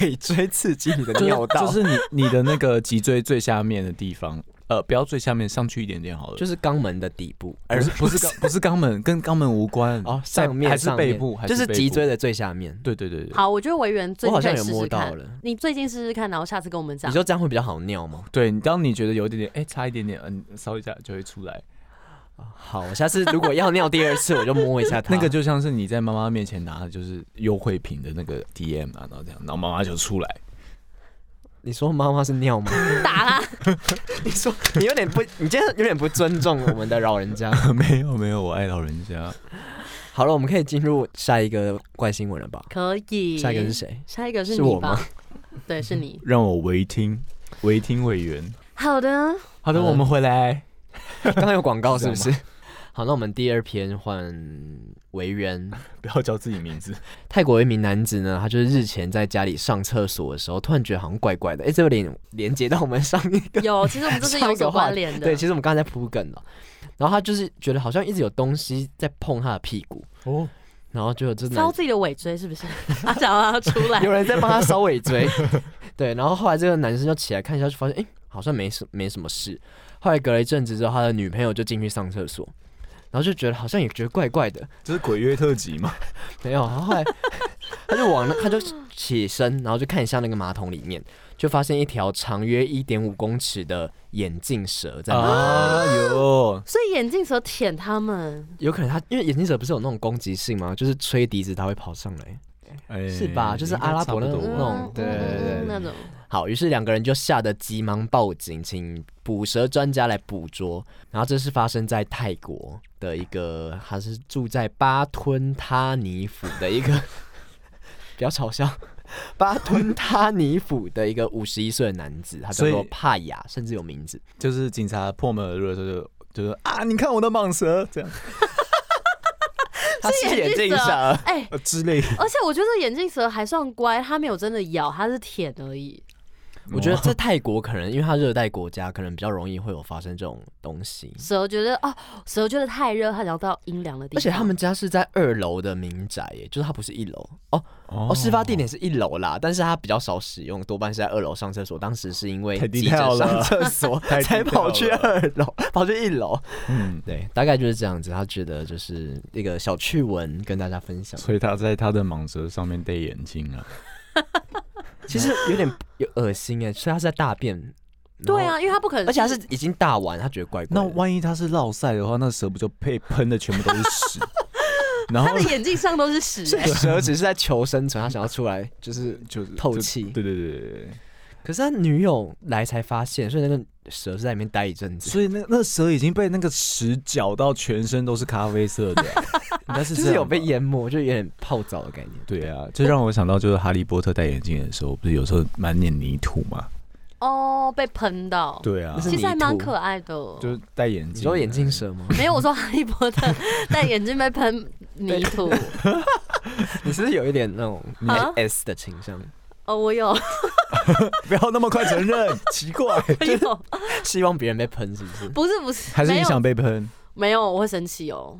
[SPEAKER 2] 尾椎刺激你的
[SPEAKER 3] 就是
[SPEAKER 2] 尿道，
[SPEAKER 3] 就是你你的那个脊椎最下面的地方，呃，不要最下面，上去一点点好了。
[SPEAKER 2] 就是肛门的底部，
[SPEAKER 3] 不是不是肛不是肛门，跟肛门无关
[SPEAKER 2] 哦，
[SPEAKER 3] 在
[SPEAKER 2] 上面
[SPEAKER 3] 还是
[SPEAKER 2] 上面
[SPEAKER 3] 背部，还
[SPEAKER 2] 就是
[SPEAKER 3] 背
[SPEAKER 2] 脊
[SPEAKER 3] 部
[SPEAKER 2] 椎。的最下面。
[SPEAKER 3] 对对对对，
[SPEAKER 1] 好，我觉得维园最
[SPEAKER 2] 我
[SPEAKER 1] 近
[SPEAKER 2] 好
[SPEAKER 1] 可
[SPEAKER 2] 像
[SPEAKER 1] 以
[SPEAKER 2] 有
[SPEAKER 1] 试
[SPEAKER 2] 摸
[SPEAKER 1] 试
[SPEAKER 2] 到
[SPEAKER 1] 看。
[SPEAKER 2] 了，
[SPEAKER 1] 你最近试试看，然后下次跟我们
[SPEAKER 2] 你
[SPEAKER 1] 讲。
[SPEAKER 2] 说这样会比较好尿吗？
[SPEAKER 3] 对你当你觉得有一点点，哎，差一点点，嗯，稍一下就会出来。
[SPEAKER 2] 好，我下次如果要尿第二次，我就摸一下它。
[SPEAKER 3] 那个就像是你在妈妈面前拿的就是优惠品的那个 DM 啊，然后这样，然后妈妈就出来。
[SPEAKER 2] 你说妈妈是尿吗？
[SPEAKER 1] 打他，
[SPEAKER 2] 你说你有点不，你今天有点不尊重我们的老人家。
[SPEAKER 3] 没有没有，我爱老人家。
[SPEAKER 2] 好了，我们可以进入下一个怪新闻了吧？
[SPEAKER 1] 可以。
[SPEAKER 2] 下一个是？谁？
[SPEAKER 1] 下一个是
[SPEAKER 2] 是
[SPEAKER 1] 你
[SPEAKER 2] 我
[SPEAKER 1] 吧？对，是你。
[SPEAKER 3] 让我违听，违听委员。
[SPEAKER 1] 好的，
[SPEAKER 3] 好的，
[SPEAKER 2] 嗯
[SPEAKER 3] 我们回来。
[SPEAKER 2] 刚刚有广告是不是？ 好，那我们第二篇换维园。
[SPEAKER 3] 不要叫自己名字。
[SPEAKER 2] 泰国一名男子呢，他就是日前在家里上厕所的时候，突然觉得好像怪怪的。哎、这有点连接到我们上一个，
[SPEAKER 1] 有，其实我们这是有所关联的。
[SPEAKER 2] 对，其实我们刚才在铺梗了。然后他就是觉得好像一直有东西在碰他的屁股，
[SPEAKER 3] 哦，
[SPEAKER 2] 然后就真的
[SPEAKER 1] 搔自己的尾椎是不是？他想要他出来
[SPEAKER 2] 有，人在帮他搔尾椎，对，然后后来这个男生就起来看一下，就发现哎、诶好像没什没什么事。后来隔了一阵子之后，他的女朋友就进去上厕所，然后就觉得好像也觉得怪怪的，
[SPEAKER 3] 这是鬼月特辑吗？
[SPEAKER 2] 没有，然后后来他就往那他就起身，然后就看一下那个马桶里面，就发现一条长约一点五公尺的眼镜蛇在那里。
[SPEAKER 3] 啊有，
[SPEAKER 1] 所以眼镜蛇舔他们，
[SPEAKER 2] 有可能他因为眼镜蛇不是有那种攻击性吗？就是吹笛子它会跑上来，
[SPEAKER 3] 哎
[SPEAKER 2] 是吧就是阿拉伯那种
[SPEAKER 3] 应
[SPEAKER 1] 嗯
[SPEAKER 3] 该差不多
[SPEAKER 2] 种对对对对
[SPEAKER 1] 那种。
[SPEAKER 2] 好，于是两个人就吓得急忙报警，请捕蛇专家来捕捉。然后这是发生在泰国的一个，他是住在巴吞他尼府的一个， 不要嘲笑。巴吞他尼府的一个五十一岁的男子，他叫
[SPEAKER 3] 所
[SPEAKER 2] 做
[SPEAKER 3] 以
[SPEAKER 2] 帕雅，甚至有名字。
[SPEAKER 3] 就是警察破门而入的时候就就说啊，你看我的蟒蛇这样
[SPEAKER 2] 他是眼
[SPEAKER 1] 眼
[SPEAKER 2] 镜
[SPEAKER 1] 镜
[SPEAKER 2] 蛇，
[SPEAKER 1] 哎，
[SPEAKER 3] 呃之 类的。
[SPEAKER 1] 而且我觉得眼镜蛇还算乖，它没有真的咬，它是舔而已。
[SPEAKER 2] 我觉得在泰国可能因为它热带国家，可能比较容易会有发生这种东西。
[SPEAKER 1] 蛇觉得哦，蛇觉得太热，它想要到阴凉的地
[SPEAKER 2] 而
[SPEAKER 1] 方。
[SPEAKER 2] 且他们家是在二楼的民宅耶，就是它不是一楼哦，
[SPEAKER 3] 哦
[SPEAKER 2] 哦，事发地点是一楼啦，但是他比较少使用，多半是在二楼上厕所。当时是因为
[SPEAKER 3] 太
[SPEAKER 2] 急
[SPEAKER 3] detail
[SPEAKER 2] 着上
[SPEAKER 3] 了
[SPEAKER 2] 厕所
[SPEAKER 3] 太
[SPEAKER 2] 才
[SPEAKER 3] detail
[SPEAKER 2] 跑去
[SPEAKER 3] 了
[SPEAKER 2] 二楼，跑去一楼。
[SPEAKER 3] 嗯，
[SPEAKER 2] 对，大概就是这样子。他觉得就是一个小趣闻跟大家分享，
[SPEAKER 3] 所以他在他的蟒蛇上面戴眼镜啊。
[SPEAKER 2] 其实有点有恶心哎，所以他是在大便。然后
[SPEAKER 1] 对，啊，因为它不可能，
[SPEAKER 2] 而且他是已经大完，他觉得怪怪
[SPEAKER 3] 那
[SPEAKER 2] 的。
[SPEAKER 3] 万一他是落塞的话，那蛇不就被喷的全部都是 屎？然
[SPEAKER 1] 它
[SPEAKER 3] 后
[SPEAKER 1] 的眼镜上都是 屎、
[SPEAKER 2] 所以
[SPEAKER 1] 哎
[SPEAKER 2] 蛇只是在求生存，他想要出来就是
[SPEAKER 3] 就是
[SPEAKER 2] 透
[SPEAKER 3] 就
[SPEAKER 2] 气。
[SPEAKER 3] 对对对对对。
[SPEAKER 2] 可是他女友来才发现，所以那个蛇是在里面待一阵子，
[SPEAKER 3] 所以那那蛇已经被那个屎搅到全身都是咖啡色 的，应该是
[SPEAKER 2] 就
[SPEAKER 3] 这
[SPEAKER 2] 是
[SPEAKER 3] 样
[SPEAKER 2] 有被
[SPEAKER 3] 吧。
[SPEAKER 2] 淹没，就有点泡澡的概念。
[SPEAKER 3] 对啊，这让我想到就是哈利波特戴眼镜的时候，不是有时候满脸泥土嘛？
[SPEAKER 1] 哦，被喷到。
[SPEAKER 3] 对啊
[SPEAKER 2] 那是
[SPEAKER 1] 其实还蛮
[SPEAKER 2] 泥土
[SPEAKER 1] 可爱的。
[SPEAKER 3] 就是戴眼镜。啊
[SPEAKER 2] 你说眼镜蛇吗？
[SPEAKER 1] 没有，我说哈利波特戴眼镜被喷泥土。
[SPEAKER 2] 你是不是有一点那种
[SPEAKER 1] 啊
[SPEAKER 2] S 的倾向？
[SPEAKER 1] 哦，我有，
[SPEAKER 3] 不要那么快承 认，奇怪，
[SPEAKER 1] 我有，
[SPEAKER 2] 希望别人被喷是不是？
[SPEAKER 1] 不是不是，
[SPEAKER 3] 还是
[SPEAKER 1] 没
[SPEAKER 3] 你
[SPEAKER 1] 有
[SPEAKER 3] 想被喷？
[SPEAKER 1] 没有，我会生气哦，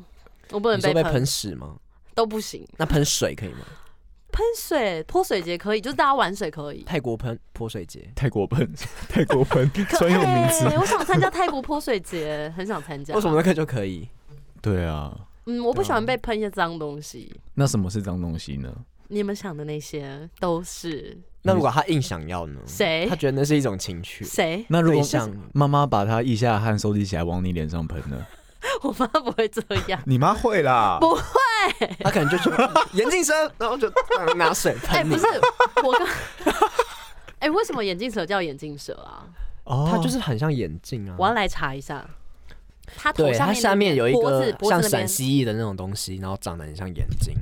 [SPEAKER 1] 我不能
[SPEAKER 2] 你说被
[SPEAKER 1] 被
[SPEAKER 2] 喷屎吗？
[SPEAKER 1] 都不行。
[SPEAKER 2] 那喷水可以吗？
[SPEAKER 1] 喷水泼水节可以，就是大家玩水可以。
[SPEAKER 2] 泰国喷泼水节，
[SPEAKER 3] 泰国 喷，泰国喷，
[SPEAKER 1] 可
[SPEAKER 3] 专有名词
[SPEAKER 1] 哎。我想参加泰国泼水节，很想参加。
[SPEAKER 2] 为什么？那个就可以？
[SPEAKER 3] 对啊，
[SPEAKER 1] 嗯，我不喜欢被喷一些脏东西。
[SPEAKER 3] 那什么是脏东西呢？
[SPEAKER 1] 你们想的那些都是
[SPEAKER 2] 那如果他硬想要呢？
[SPEAKER 1] 谁
[SPEAKER 2] 嗯他觉得那是一种情趣。
[SPEAKER 1] 谁？
[SPEAKER 3] 那如
[SPEAKER 2] 对
[SPEAKER 3] 果
[SPEAKER 2] 象
[SPEAKER 3] 妈妈把她腋下的汗收集起来往你脸上喷呢？
[SPEAKER 1] 我妈不会这样。
[SPEAKER 3] 你妈会啦
[SPEAKER 1] 不
[SPEAKER 2] 他可能就说 眼镜蛇，然后就呃拿水
[SPEAKER 1] 哎、
[SPEAKER 2] 喷你
[SPEAKER 1] 不。是我刚。哎、为什么眼镜蛇叫眼镜蛇啊？
[SPEAKER 3] 哦
[SPEAKER 2] 他就是很像眼镜啊
[SPEAKER 1] 我。要来查一下。他头
[SPEAKER 2] 对，
[SPEAKER 1] 下
[SPEAKER 2] 它
[SPEAKER 1] 面
[SPEAKER 2] 下面有一
[SPEAKER 1] 脖子
[SPEAKER 2] 个
[SPEAKER 1] 脖子
[SPEAKER 2] 像
[SPEAKER 1] 那
[SPEAKER 2] 陕
[SPEAKER 1] 边
[SPEAKER 2] 西蜴的那种东西，然后长得很像眼睛。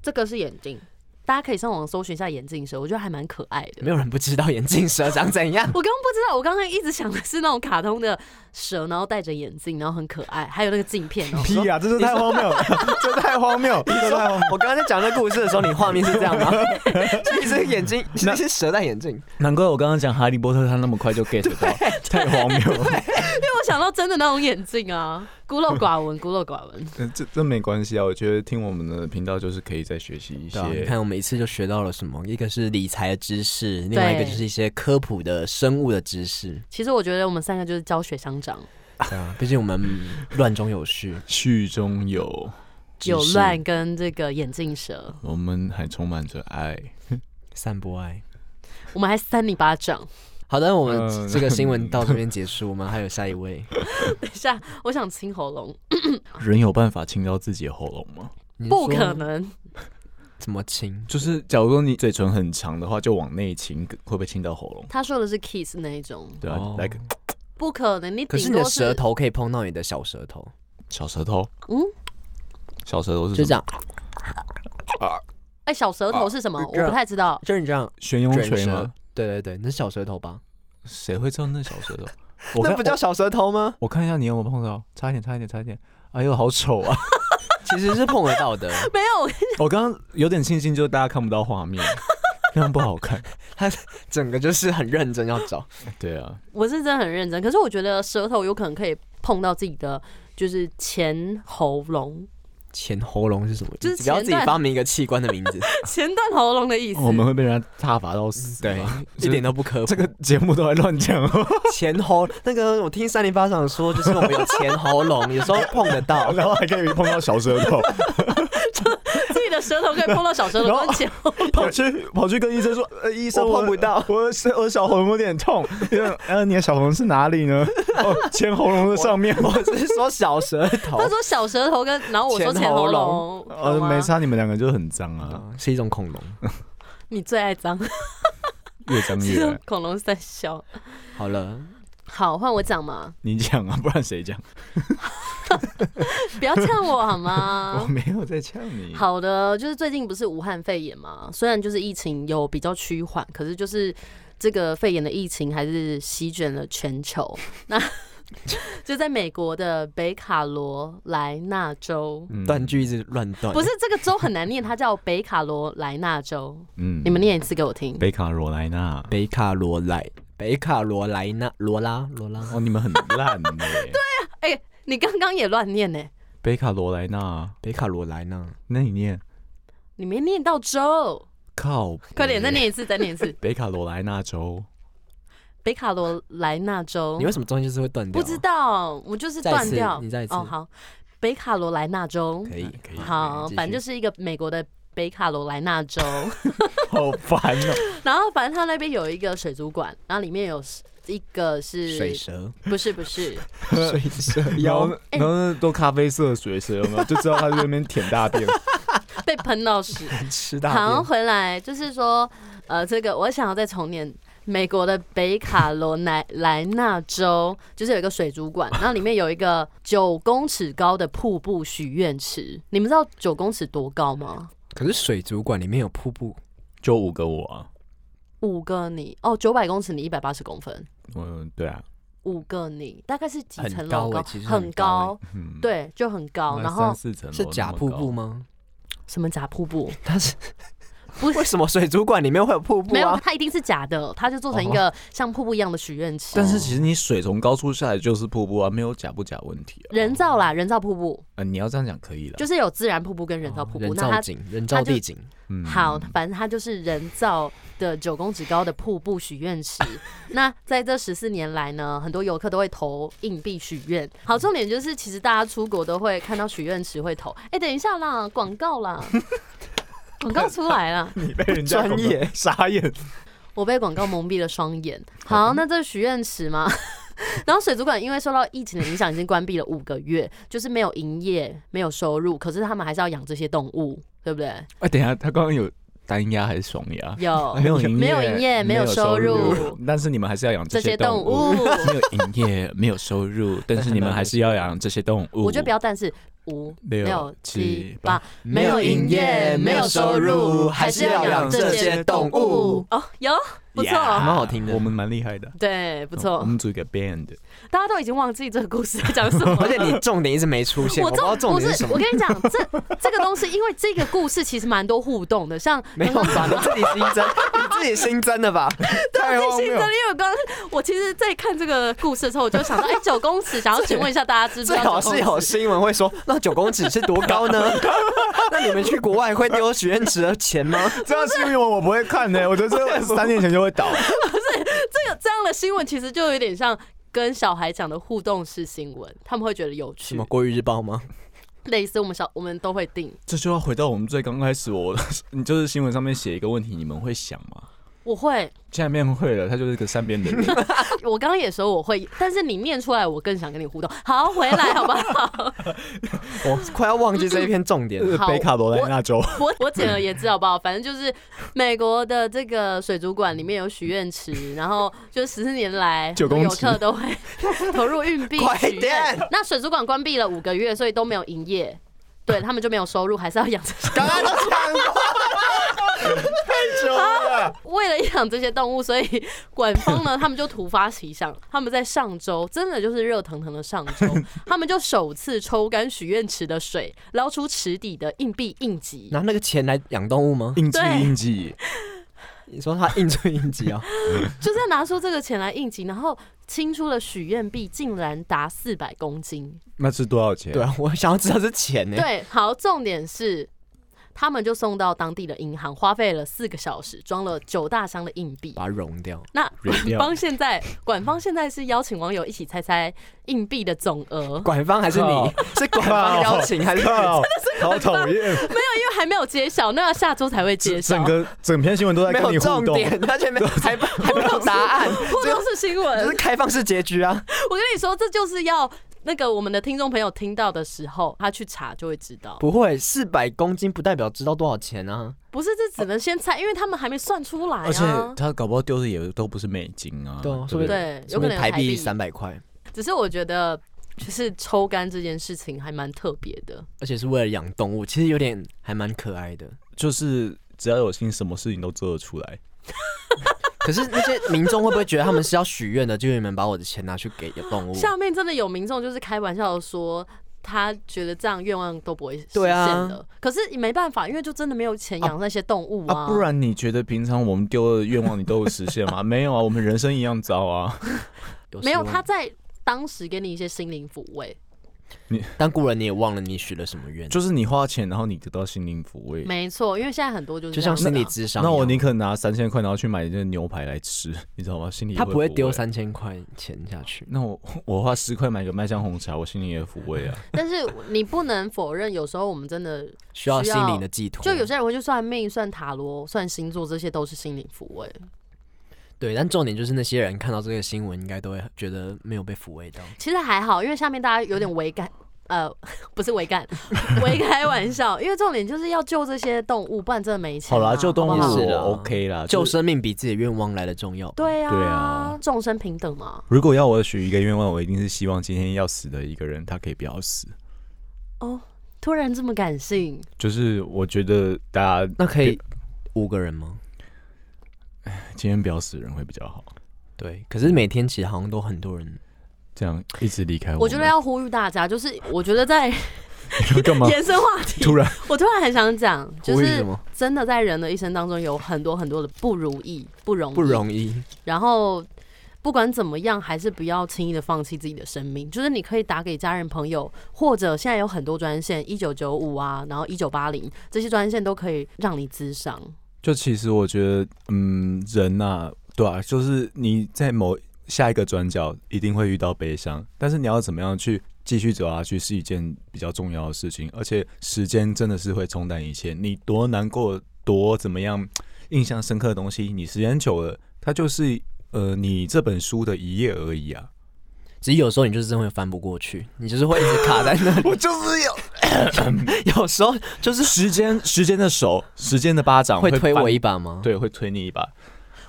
[SPEAKER 1] 这个是眼睛，大家可以上网搜寻一下眼镜蛇，我觉得还蛮可爱的。。
[SPEAKER 2] 没有人不知道眼镜蛇长怎样
[SPEAKER 1] 我刚刚不知道，我刚刚一直想的是那种卡通的蛇，然后戴着眼镜，然后很可爱，还有那个镜片 哦。
[SPEAKER 4] 屁啊，这是太荒谬了，这太荒谬，这太 荒谬。
[SPEAKER 2] 我刚刚在讲这故事的时候，你画面是这样 吗？其实眼睛，其实是蛇戴眼镜，
[SPEAKER 4] 难怪我刚刚讲哈利波特，他那么快就 get 到，太荒谬了。
[SPEAKER 1] 因为我想到真的那种眼镜啊， 孤陋寡闻，孤陋寡闻。
[SPEAKER 3] 呃这这没关系啊，我觉得听我们的频道就是可以再学习一
[SPEAKER 2] 对啊，你
[SPEAKER 3] 些。
[SPEAKER 2] 看我们一次就学到了什么？一个是理财的知识，另外一个就是一些科普的生物的知识。
[SPEAKER 1] 其实我觉得我们三个就是教学相长，
[SPEAKER 2] 对 啊，毕竟我们乱中有序，
[SPEAKER 3] 序中有，
[SPEAKER 2] 知识
[SPEAKER 1] 有乱跟这个眼镜蛇，
[SPEAKER 3] 我们还充满着爱。
[SPEAKER 2] 散播爱。
[SPEAKER 1] 我们还扇你巴掌。
[SPEAKER 2] 好的，我
[SPEAKER 3] 嗯
[SPEAKER 2] 们这个新闻到这边结束，我们还有下一 位。
[SPEAKER 1] 等一下，我想清喉咙，
[SPEAKER 3] 人有办法清到自己的喉咙吗？
[SPEAKER 2] 你
[SPEAKER 1] 不
[SPEAKER 2] 说
[SPEAKER 1] 可能。
[SPEAKER 2] 怎么亲？
[SPEAKER 3] 就是假如说你嘴唇很长的话，就往内亲，会不会亲到喉咙？
[SPEAKER 1] 他说的是 kiss 那一种，
[SPEAKER 3] 对啊
[SPEAKER 2] 哦，
[SPEAKER 3] 来个
[SPEAKER 1] 不可能。你
[SPEAKER 2] 可是
[SPEAKER 1] 顶
[SPEAKER 2] 你的
[SPEAKER 1] 多
[SPEAKER 2] 舌头可以碰到你的小舌头，
[SPEAKER 3] 小舌头，
[SPEAKER 1] 嗯，
[SPEAKER 3] 小舌头是
[SPEAKER 2] 就这
[SPEAKER 3] 样，
[SPEAKER 2] 样，
[SPEAKER 1] 哎、小舌头是什么？
[SPEAKER 2] 这
[SPEAKER 1] 我
[SPEAKER 2] 样
[SPEAKER 1] 不太知道。
[SPEAKER 2] 啊就是你这样
[SPEAKER 3] 旋风
[SPEAKER 2] 卷
[SPEAKER 3] 锤
[SPEAKER 2] 舌
[SPEAKER 3] 吗？。
[SPEAKER 2] 对对对，那是小舌头吧？
[SPEAKER 3] 谁会知道那是小舌 头？我
[SPEAKER 2] 那
[SPEAKER 3] 看
[SPEAKER 2] 不叫
[SPEAKER 3] 我
[SPEAKER 2] 小舌头吗？
[SPEAKER 3] 我看一下你有没有碰到，差一点，差一点，差一点。哎呦，好丑啊！
[SPEAKER 2] 其实是碰得到的。
[SPEAKER 1] 没有，
[SPEAKER 3] 我刚刚有点庆幸，就是大家看不到画面， 那样不好看。
[SPEAKER 2] 整个就是很认真要找，
[SPEAKER 3] 对啊，
[SPEAKER 1] 我是真的很认真。可是我觉得舌头有可能可以碰到自己的，就是前喉咙、
[SPEAKER 2] 前喉咙是什么意思？
[SPEAKER 1] 就是
[SPEAKER 2] 你不要
[SPEAKER 1] 前
[SPEAKER 2] 自己
[SPEAKER 1] 段
[SPEAKER 2] 发明一个器官的名 字，
[SPEAKER 1] 前段喉咙的意思。
[SPEAKER 3] 哦我们会被人家踏伐到 死。
[SPEAKER 2] 对
[SPEAKER 3] 吧，
[SPEAKER 2] 一点都不科普。
[SPEAKER 3] 这个节目都在乱讲哦，
[SPEAKER 2] 前喉那个，我听三零八长说，就是我们有前喉咙，有时候碰得 到。
[SPEAKER 3] 然后还可以碰到小舌头，
[SPEAKER 1] 自己的舌头可以碰到小舌头 跟前喉咙。
[SPEAKER 3] 跑去跑去跟医生说，呃，医生
[SPEAKER 2] 我碰
[SPEAKER 3] 我
[SPEAKER 2] 不 到
[SPEAKER 3] 我是我小喉咙有点 痛，呃，你的小喉咙是哪里呢？哦，前喉咙的上面。
[SPEAKER 2] 我是说小舌 头
[SPEAKER 1] 他，说小舌头跟，然后我说
[SPEAKER 2] 前
[SPEAKER 1] 前
[SPEAKER 2] 喉
[SPEAKER 1] 喉
[SPEAKER 2] 咙
[SPEAKER 1] 咙，
[SPEAKER 3] 呃，
[SPEAKER 1] 懂吗
[SPEAKER 3] 没差，你们两个就很脏啊，
[SPEAKER 2] 是一种恐龙。
[SPEAKER 1] 你最爱脏，
[SPEAKER 3] 越脏
[SPEAKER 1] 这
[SPEAKER 3] 越
[SPEAKER 1] 种
[SPEAKER 3] 爱。
[SPEAKER 1] 恐龙在笑。
[SPEAKER 2] 好了，
[SPEAKER 1] 好，换我讲嘛，
[SPEAKER 3] 你讲啊，不然谁讲？
[SPEAKER 1] 不要呛我好
[SPEAKER 3] 我
[SPEAKER 1] 吗？
[SPEAKER 3] 没有在呛
[SPEAKER 2] 嗯
[SPEAKER 3] 你。
[SPEAKER 1] 好的，就是最近不是武汉肺炎嘛，虽然就是疫情有比较趋缓，可是就是这个肺炎的疫情还是席卷了全球。 那 就在美国的北卡罗来纳州，
[SPEAKER 3] 嗯
[SPEAKER 2] 断，句一直乱断，
[SPEAKER 1] 不是这个州很难念，它叫北卡罗来纳州。
[SPEAKER 3] 嗯
[SPEAKER 1] 你们念一次给我听。
[SPEAKER 3] 北卡罗来纳。
[SPEAKER 2] 北卡罗来，北卡罗来纳罗拉罗拉，
[SPEAKER 3] 哦，你们很烂呢。 对，
[SPEAKER 1] 哎、你刚刚也乱念呢、
[SPEAKER 3] 北卡罗来纳，
[SPEAKER 2] 北卡罗来纳，
[SPEAKER 3] 那你念
[SPEAKER 1] 你没念到州，
[SPEAKER 3] 靠北，
[SPEAKER 1] 快点再念一次，再念 一次。
[SPEAKER 3] 北卡罗来纳 州。
[SPEAKER 1] 北卡罗来纳州
[SPEAKER 2] 你，为什么中间就是会断掉？
[SPEAKER 1] 哦不知道，我就是
[SPEAKER 2] 再一
[SPEAKER 1] 断
[SPEAKER 2] 次
[SPEAKER 1] 掉。
[SPEAKER 2] 你再一次
[SPEAKER 1] 哦，好，北卡罗来纳州，
[SPEAKER 2] 可以
[SPEAKER 3] 可以
[SPEAKER 1] 好，
[SPEAKER 2] 继续
[SPEAKER 1] 反正就是一个美国的北卡罗来纳 州，
[SPEAKER 3] 好烦哦。
[SPEAKER 1] 然后反正它那边有一个水族馆，然后里面有一个是
[SPEAKER 2] 水蛇，
[SPEAKER 1] 不是不是，
[SPEAKER 2] 水蛇
[SPEAKER 3] 然后
[SPEAKER 2] 妖，
[SPEAKER 1] 哎
[SPEAKER 3] 然后那都咖啡色的水蛇，有没有？就知道他在那边舔大便。
[SPEAKER 1] 被喷到屎。
[SPEAKER 2] 吃大
[SPEAKER 1] 好，
[SPEAKER 2] 便。
[SPEAKER 1] 回来就是说，呃，这个我想要再重念。美国的北卡罗来莱纳州就是有一个水族馆，然后里面有一个九公尺高的瀑布许愿池。你们知道九公尺多高吗？
[SPEAKER 2] 可是水族馆里面有瀑布，
[SPEAKER 3] 就五个我啊，
[SPEAKER 1] 五个你哦，九百公尺你一百八十公分，
[SPEAKER 3] 嗯，对啊，
[SPEAKER 1] 五个你大概是几
[SPEAKER 2] 很
[SPEAKER 1] 层
[SPEAKER 2] 高
[SPEAKER 1] 楼
[SPEAKER 2] 欸
[SPEAKER 1] 高？
[SPEAKER 2] 其实很
[SPEAKER 1] 很
[SPEAKER 2] 高
[SPEAKER 1] 高，
[SPEAKER 3] 嗯，
[SPEAKER 1] 对，就很高。
[SPEAKER 3] 那
[SPEAKER 1] 然后
[SPEAKER 3] 三四层楼
[SPEAKER 2] 是假
[SPEAKER 3] 那么
[SPEAKER 2] 瀑
[SPEAKER 3] 高
[SPEAKER 2] 布？吗？
[SPEAKER 1] 什么假瀑布？
[SPEAKER 2] 它是
[SPEAKER 1] 不是
[SPEAKER 2] 为什么水族馆里面会有瀑布
[SPEAKER 1] 没有，
[SPEAKER 2] 啊？
[SPEAKER 1] 它一定是假的，它就做成一个像瀑布一样的许愿池，
[SPEAKER 3] 但是其实你水从高处下来就是瀑布啊，没有假不假问题啊。
[SPEAKER 1] 人造啦，人造瀑布。
[SPEAKER 3] 呃，你要这样讲可以的。
[SPEAKER 1] 就是有自然瀑布跟人造瀑布。
[SPEAKER 2] 哦人
[SPEAKER 1] 那
[SPEAKER 2] 造
[SPEAKER 1] 它
[SPEAKER 2] 景、人造
[SPEAKER 1] 就
[SPEAKER 2] 地 景，
[SPEAKER 3] 嗯
[SPEAKER 1] 好，反正它就是人造的九公尺高的瀑布许愿池。那在这十四年来呢，很多游客都会投硬币许愿。好，重点就是其实大家出国都会看到许愿池会投。哎、等一下啦，广告啦，广告出来了。
[SPEAKER 3] 你被人
[SPEAKER 2] 专业
[SPEAKER 3] 广告傻眼，
[SPEAKER 1] 我被广告蒙蔽了双眼。好，那这个许愿池嘛， 然后水族馆因为受到疫情的影响，已经关闭了五个月，就是没有营业，没有收入，可是他们还是要养这些动物，对不对？
[SPEAKER 2] 啊
[SPEAKER 3] 哎，等一下，他刚刚有单压还是双压？
[SPEAKER 1] 有，
[SPEAKER 3] 哦没有营业，
[SPEAKER 1] 没有营业没有收入，
[SPEAKER 3] 但是你们还是要养
[SPEAKER 1] 这些
[SPEAKER 3] 些
[SPEAKER 1] 动
[SPEAKER 3] 物。
[SPEAKER 1] 物。
[SPEAKER 3] 没有营业，没有收入，但是你们还是要养这些动物。
[SPEAKER 1] 我觉得不要，但是五
[SPEAKER 3] 六
[SPEAKER 1] 六
[SPEAKER 3] 七
[SPEAKER 1] 七
[SPEAKER 3] 八
[SPEAKER 1] 八，
[SPEAKER 2] 没有营业，没有收入，还是要养这些动物。
[SPEAKER 1] 哦，有不错
[SPEAKER 3] Yeah
[SPEAKER 2] 蛮好听的
[SPEAKER 3] 我。们蛮厉害的，
[SPEAKER 1] 对，不
[SPEAKER 3] 我
[SPEAKER 1] 错。
[SPEAKER 2] 嗯
[SPEAKER 3] 们组一个 band，
[SPEAKER 1] 大家都已经忘记这个故事在讲什么了，
[SPEAKER 2] 而且你重点一直没出现，我
[SPEAKER 1] 我
[SPEAKER 2] 不知道
[SPEAKER 1] 重
[SPEAKER 2] 重
[SPEAKER 1] 不
[SPEAKER 2] 点
[SPEAKER 1] 是
[SPEAKER 2] 是什，
[SPEAKER 1] 我
[SPEAKER 2] 么
[SPEAKER 1] 跟。你讲，这 这个东西，因为这个故事其实蛮多互动的，像
[SPEAKER 2] 没有吧？你自己新增， 你自己新增的吧？太荒
[SPEAKER 1] 最新
[SPEAKER 2] 谬
[SPEAKER 1] 的，因！为我刚 我其实，在看这个故事的时候，我就 想到，哎、九公尺，想要询问一下大家知不
[SPEAKER 2] 最
[SPEAKER 1] 知
[SPEAKER 2] 好
[SPEAKER 1] 道九
[SPEAKER 2] 是
[SPEAKER 1] 公
[SPEAKER 2] 有
[SPEAKER 1] 尺？
[SPEAKER 2] 新闻会说，那九公尺是多高 呢？那你们去国外会丢许愿池的钱吗？
[SPEAKER 4] 这样新闻我不会看的、我觉得 这三年前就会倒。
[SPEAKER 1] 这个这样的新闻其实就有点像。跟小孩讲的互动式新闻，他们会觉得有
[SPEAKER 2] 什
[SPEAKER 1] 趣
[SPEAKER 2] 么，国语日报吗？
[SPEAKER 1] 类似我们小我们都会定。
[SPEAKER 3] 这就要回到我们最刚开始，我 你就是新闻上面写一个问题，你们会想吗？
[SPEAKER 1] 我会，
[SPEAKER 3] 现在面会了，他就是个三边的 人，
[SPEAKER 1] 我刚刚也说我会，但是你念出来，我更想跟你互动。好，回来好不好？
[SPEAKER 2] 我快要忘记这一篇重点了。
[SPEAKER 1] 好
[SPEAKER 4] 北卡罗来纳 州，
[SPEAKER 1] 我我简而言之好不好？反正就是美国的这个水族馆里面有许愿池，然后就十四年来
[SPEAKER 4] 九公
[SPEAKER 1] 游
[SPEAKER 4] 尺
[SPEAKER 1] 客都 会投入运币
[SPEAKER 2] 快
[SPEAKER 1] 许愿
[SPEAKER 2] 点
[SPEAKER 1] 那水族馆关闭了五个月，所以都没有营业，对他们就没有收入，还是要养这些。
[SPEAKER 2] 刚刚都讲过，
[SPEAKER 1] 为了养这些动物，所以馆方呢，他们就突发奇想，他们在上周真的就是热腾腾的上 周，他们就首次抽干许愿池的水，捞出池底的硬币应急。
[SPEAKER 2] 拿那个钱来养动物吗？
[SPEAKER 3] 应激
[SPEAKER 1] 对
[SPEAKER 3] 应激，
[SPEAKER 2] 你说他应出应 急啊？
[SPEAKER 1] 就是拿出这个钱来应急，然后清出了许愿币，竟然达四百公斤。
[SPEAKER 3] 那是多少钱？
[SPEAKER 2] 对啊，我想要知道是钱呢。
[SPEAKER 1] 对，好，重点是。他们就送到当地的银行，花费了四个小时，装了九大箱的硬币。
[SPEAKER 2] 把它融掉。
[SPEAKER 1] 那
[SPEAKER 3] 软
[SPEAKER 1] 馆
[SPEAKER 3] 掉
[SPEAKER 1] 方现在，馆方现在是邀请网友一起猜猜硬币的总额， 没有，
[SPEAKER 2] 管方还是你？是管方邀请还是？
[SPEAKER 4] 靠，好讨厌！
[SPEAKER 1] 因为还没有揭晓，那要下周才会揭晓
[SPEAKER 4] 整。个整篇新闻都在
[SPEAKER 2] 没
[SPEAKER 4] 跟
[SPEAKER 2] 有
[SPEAKER 4] 你互
[SPEAKER 2] 重
[SPEAKER 4] 动，
[SPEAKER 2] 点，他前面 还不还没有答案，
[SPEAKER 1] 互动呃式新闻，
[SPEAKER 2] 就是开放式结局啊！
[SPEAKER 1] 我跟你说，这就是要那个我们的听众朋友听到的时候，他去查就会知道。
[SPEAKER 2] 不会，四百公斤不代表知道多少钱啊！
[SPEAKER 1] 不是，这只能先猜，因为他们还没算出来啊。
[SPEAKER 3] 而且他搞不好丢的也都不是美金啊，
[SPEAKER 2] 对啊
[SPEAKER 3] 不
[SPEAKER 2] 说不定
[SPEAKER 3] 对？
[SPEAKER 1] 对，有可能有
[SPEAKER 2] 台
[SPEAKER 1] 币
[SPEAKER 2] 币。三百块，
[SPEAKER 1] 只是我觉得，就是抽干这件事情还蛮特别的。
[SPEAKER 2] 而且是为了养动物，其实有点还蛮可爱的。
[SPEAKER 3] 就是只要有心，什么事情都做得出来。
[SPEAKER 2] 可是那些民众会不会觉得他们是要许愿的？就你们把我的钱拿去给动物？
[SPEAKER 1] 下面真的有民众就是开玩笑地说。他觉得这样愿望都不会实现
[SPEAKER 2] 对啊
[SPEAKER 1] 的，可是没办法，因为就真的没有钱养那些动物啊。
[SPEAKER 3] 啊，不然你觉得平常我们丢的愿望你都有实现吗？ 没有啊，我们人生一样糟啊。
[SPEAKER 1] 没有
[SPEAKER 2] 希望
[SPEAKER 1] 他，在当时给你一些心灵抚慰，
[SPEAKER 2] 但固然你也忘了你许了什么愿，
[SPEAKER 3] 就是你花钱，然后你得到心灵抚慰。
[SPEAKER 1] 没错，因为现在很多就是
[SPEAKER 2] 就
[SPEAKER 1] 这样
[SPEAKER 2] 像
[SPEAKER 1] 子啊
[SPEAKER 2] 心理智商一
[SPEAKER 3] 那
[SPEAKER 2] 样。
[SPEAKER 3] 我宁可拿三千块，然后去买那牛排来吃，你知道吗？心里也
[SPEAKER 2] 他
[SPEAKER 3] 不
[SPEAKER 2] 不会丢。三千块钱下去。
[SPEAKER 3] 那我我花十块买个麦香红茶，我心里也抚慰啊。
[SPEAKER 1] 但是你不能否认，有时候我们 真的
[SPEAKER 2] 需要心灵的寄托。
[SPEAKER 1] 就有些人会去算命、算塔罗、算星座，这些都是心灵抚慰。
[SPEAKER 2] 对，但重点就是那些人看到这个新闻，应该都会觉得没有被抚慰到。
[SPEAKER 1] 其实还好，因为下面大家有
[SPEAKER 3] 嗯
[SPEAKER 1] 点围感。呃， 不是围干，围开玩笑，因为重点就是要救这些动物，不然真的没钱
[SPEAKER 3] 好
[SPEAKER 1] 啊、
[SPEAKER 3] 啦，救动物
[SPEAKER 1] 好不好
[SPEAKER 2] 是
[SPEAKER 3] 我
[SPEAKER 2] 的
[SPEAKER 3] OK 啦，
[SPEAKER 2] 救
[SPEAKER 3] 啊就是
[SPEAKER 2] 生命比自己的愿望来的重要。
[SPEAKER 1] 对啊，
[SPEAKER 3] 对啊
[SPEAKER 1] 众生平等嘛。
[SPEAKER 3] 如果要我许一个愿望，我一定是希望今天要死的一个人，他可以不要死。
[SPEAKER 1] 哦，突然这么感性，
[SPEAKER 3] 就是我觉得大家
[SPEAKER 2] 那可以五个人吗？
[SPEAKER 3] 今天不要死的人会比较好，
[SPEAKER 2] 对，可是每天其实好像都很多人，
[SPEAKER 3] 这样一直离开我们。
[SPEAKER 1] 我觉得要呼吁大家，就是我觉得在
[SPEAKER 3] 干嘛？
[SPEAKER 1] 延伸话题，
[SPEAKER 3] 突然
[SPEAKER 1] 我突然很想讲，就
[SPEAKER 2] 呼吁
[SPEAKER 1] 是
[SPEAKER 2] 什么
[SPEAKER 1] 真的在人的一生当中有很多很多的不如意、不容易、
[SPEAKER 2] 不容易。
[SPEAKER 1] 然后不管怎么样，还是不要轻易的放弃自己的生命。就是你可以打给家人朋友，或者现在有很多专线，一九九五啊，然后一九八零这些专线都可以让你咨商。
[SPEAKER 3] 就其实我觉得，嗯，人呐、对啊，就是你在某下一个转角一定会遇到悲伤，但是你要怎么样去继续走下去是一件比较重要的事情，而且时间真的是会冲淡一切。你多难过，多怎么样，印象深刻的东西，你时间久了，它就是呃你这本书的一页而已啊。
[SPEAKER 2] 只是有时候你就是真的会翻不过去，你就是会一直卡在那里。
[SPEAKER 3] 我就是 有
[SPEAKER 2] 有时候就是
[SPEAKER 3] 时间，时间的手，时间的巴掌
[SPEAKER 2] 会推我
[SPEAKER 3] 翻
[SPEAKER 2] 一，把吗？
[SPEAKER 3] 对，会推你一把。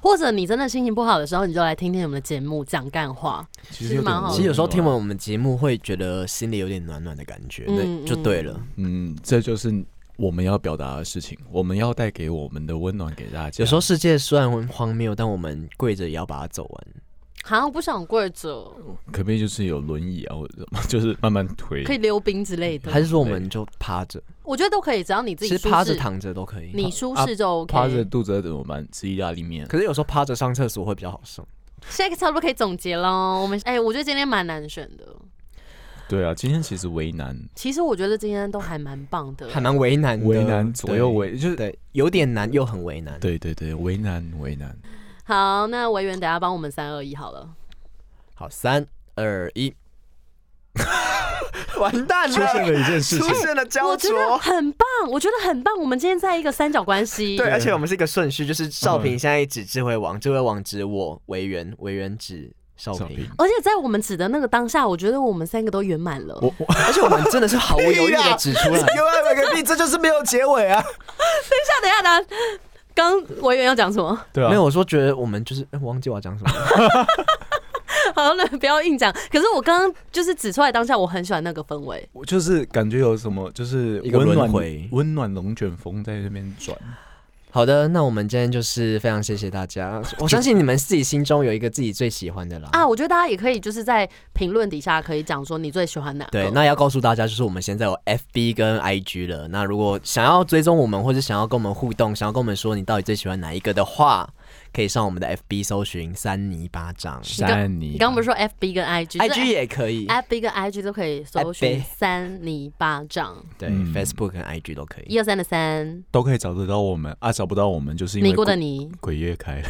[SPEAKER 1] 或者你真的心情不好的时候，你就来听听我们的节目讲干话。
[SPEAKER 3] 其
[SPEAKER 1] 实蛮好的
[SPEAKER 2] 其实有时候听完我们节目，会觉得心里有点暖暖的感觉，
[SPEAKER 1] 嗯
[SPEAKER 2] 对，就对了。
[SPEAKER 3] 嗯，这就是我们要表达的事情，我们要带给我们的温暖给大家。
[SPEAKER 2] 有时候世界虽然荒谬，但我们跪着也要把它走完。
[SPEAKER 1] 好像不想跪着，
[SPEAKER 3] 可不可以就是有轮椅啊，或者就是慢慢推
[SPEAKER 1] 可？以溜冰之类的
[SPEAKER 2] 还，是说我们就趴着？
[SPEAKER 1] 我觉得都可以，只要你自
[SPEAKER 2] 其
[SPEAKER 1] 己
[SPEAKER 2] 实
[SPEAKER 1] 舒
[SPEAKER 2] 趴着
[SPEAKER 1] 适，
[SPEAKER 2] 躺啊着都可以。
[SPEAKER 1] 你舒适就 OK。
[SPEAKER 3] 趴着肚子饿怎么办？吃意大利面。
[SPEAKER 2] 可是有时候趴着上厕所会比较好上。
[SPEAKER 1] 现在差不多可以总结喽。我们哎、我觉得今天蛮难选的。
[SPEAKER 3] 对啊，今天其实为难，
[SPEAKER 1] 其实我觉得今天都还蛮棒的，
[SPEAKER 2] 还蛮为难的，
[SPEAKER 3] 为难左右为就是
[SPEAKER 2] 对，对有点难又很为难。，
[SPEAKER 3] 对对对，为难为难。
[SPEAKER 1] 好，那维园等下帮我们三二一好了。
[SPEAKER 2] 好，三二 一，完蛋
[SPEAKER 3] 出现
[SPEAKER 2] 了，
[SPEAKER 3] 了一件事情
[SPEAKER 2] 出，现了焦
[SPEAKER 1] 我觉得
[SPEAKER 2] 灼。
[SPEAKER 1] 很棒，我觉得很棒。我们今天在一个三角关系，
[SPEAKER 2] 对，而且我们是一个顺序，就是少平现在指智慧王，智慧王指我，维园，维园指少
[SPEAKER 3] 少
[SPEAKER 2] 平
[SPEAKER 3] 平。
[SPEAKER 1] 而且在我们指的那个当下，我觉得我们三个都圆满了。
[SPEAKER 3] 我我
[SPEAKER 2] 而且我们真的是毫无犹豫的指出 来，
[SPEAKER 4] 有啊，有个 屁，这就是没有结尾啊！
[SPEAKER 1] 等一下，等一下，刚维园要讲什么？
[SPEAKER 3] 对啊，
[SPEAKER 2] 没有，我说觉得我们就是，哎我忘记我要讲什么了。
[SPEAKER 1] 好了，不要硬讲。可是我刚刚就是指出来当下，我很喜欢那个氛围。
[SPEAKER 3] 我就是感觉有什么，就是
[SPEAKER 2] 一个
[SPEAKER 3] 温暖
[SPEAKER 2] 轮回
[SPEAKER 3] 温暖龙卷风在这边转。
[SPEAKER 2] 好的，那我们今天就是非常谢谢大 家，我相信你们自己心中有一个自己最喜欢的啦。
[SPEAKER 1] 啊，我觉得大家也可以就是在评论底下可以讲说你最喜欢哪个。
[SPEAKER 2] 对，那要告诉大家，就是我们现在有 FB 跟 IG 了。那如果想要追踪我们，或者想要跟我们互动，想要跟我们说你到底最喜欢哪一个的话，可以上我们的 FB 搜寻“三泥巴掌
[SPEAKER 3] 山泥，
[SPEAKER 1] 你刚不是说 F B 跟 I G？
[SPEAKER 2] ”，IG 也可以，
[SPEAKER 1] F B 跟 I G 都可以搜寻
[SPEAKER 2] FB
[SPEAKER 1] 三泥巴掌，
[SPEAKER 2] 对、
[SPEAKER 3] 嗯
[SPEAKER 2] f a c e b o o k 跟 IG 都可以。
[SPEAKER 1] 一二三的三，
[SPEAKER 3] 都可以找得到我们啊？找不到我们就是因为
[SPEAKER 1] 尼姑的
[SPEAKER 3] 鬼
[SPEAKER 1] 尼。
[SPEAKER 3] 鬼月开了，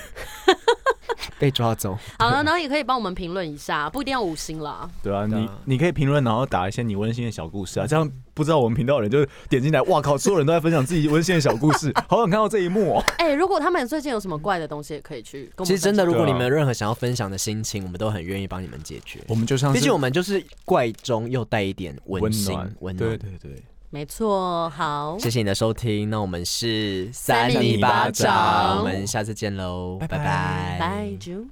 [SPEAKER 2] 被抓走，
[SPEAKER 1] 好了，然后也可以帮我们评论一下，不一定要五星啦。
[SPEAKER 3] 对啊，
[SPEAKER 2] 对
[SPEAKER 3] 你
[SPEAKER 2] 啊嗯
[SPEAKER 3] 你可以评论，然后打一些你温馨的小故事啊，这样不知道我们频道的人就点进来，哇靠，所有人都在分享自己温馨的小故事，好想看到这一幕哦。
[SPEAKER 1] 哎、如果他们最近有什么怪的东西，也可以去跟我们
[SPEAKER 2] 其实真的，
[SPEAKER 1] 分
[SPEAKER 2] 如
[SPEAKER 1] 享
[SPEAKER 2] 果你们有任何想要分享的心情，我们都很愿意帮你们解决。
[SPEAKER 3] 我们就像
[SPEAKER 2] 毕
[SPEAKER 3] 是
[SPEAKER 2] 竟我们就是怪中又带一点温馨
[SPEAKER 3] 暖，
[SPEAKER 2] 温
[SPEAKER 3] 对
[SPEAKER 2] 暖。
[SPEAKER 3] 对对，
[SPEAKER 1] 没错。好，
[SPEAKER 2] 谢谢你的收听，那我们是
[SPEAKER 1] 三
[SPEAKER 2] 泥
[SPEAKER 1] 泥巴
[SPEAKER 2] 掌，
[SPEAKER 1] 掌
[SPEAKER 2] 我们下次见喽，拜
[SPEAKER 3] 拜
[SPEAKER 2] 拜
[SPEAKER 1] 拜，啾。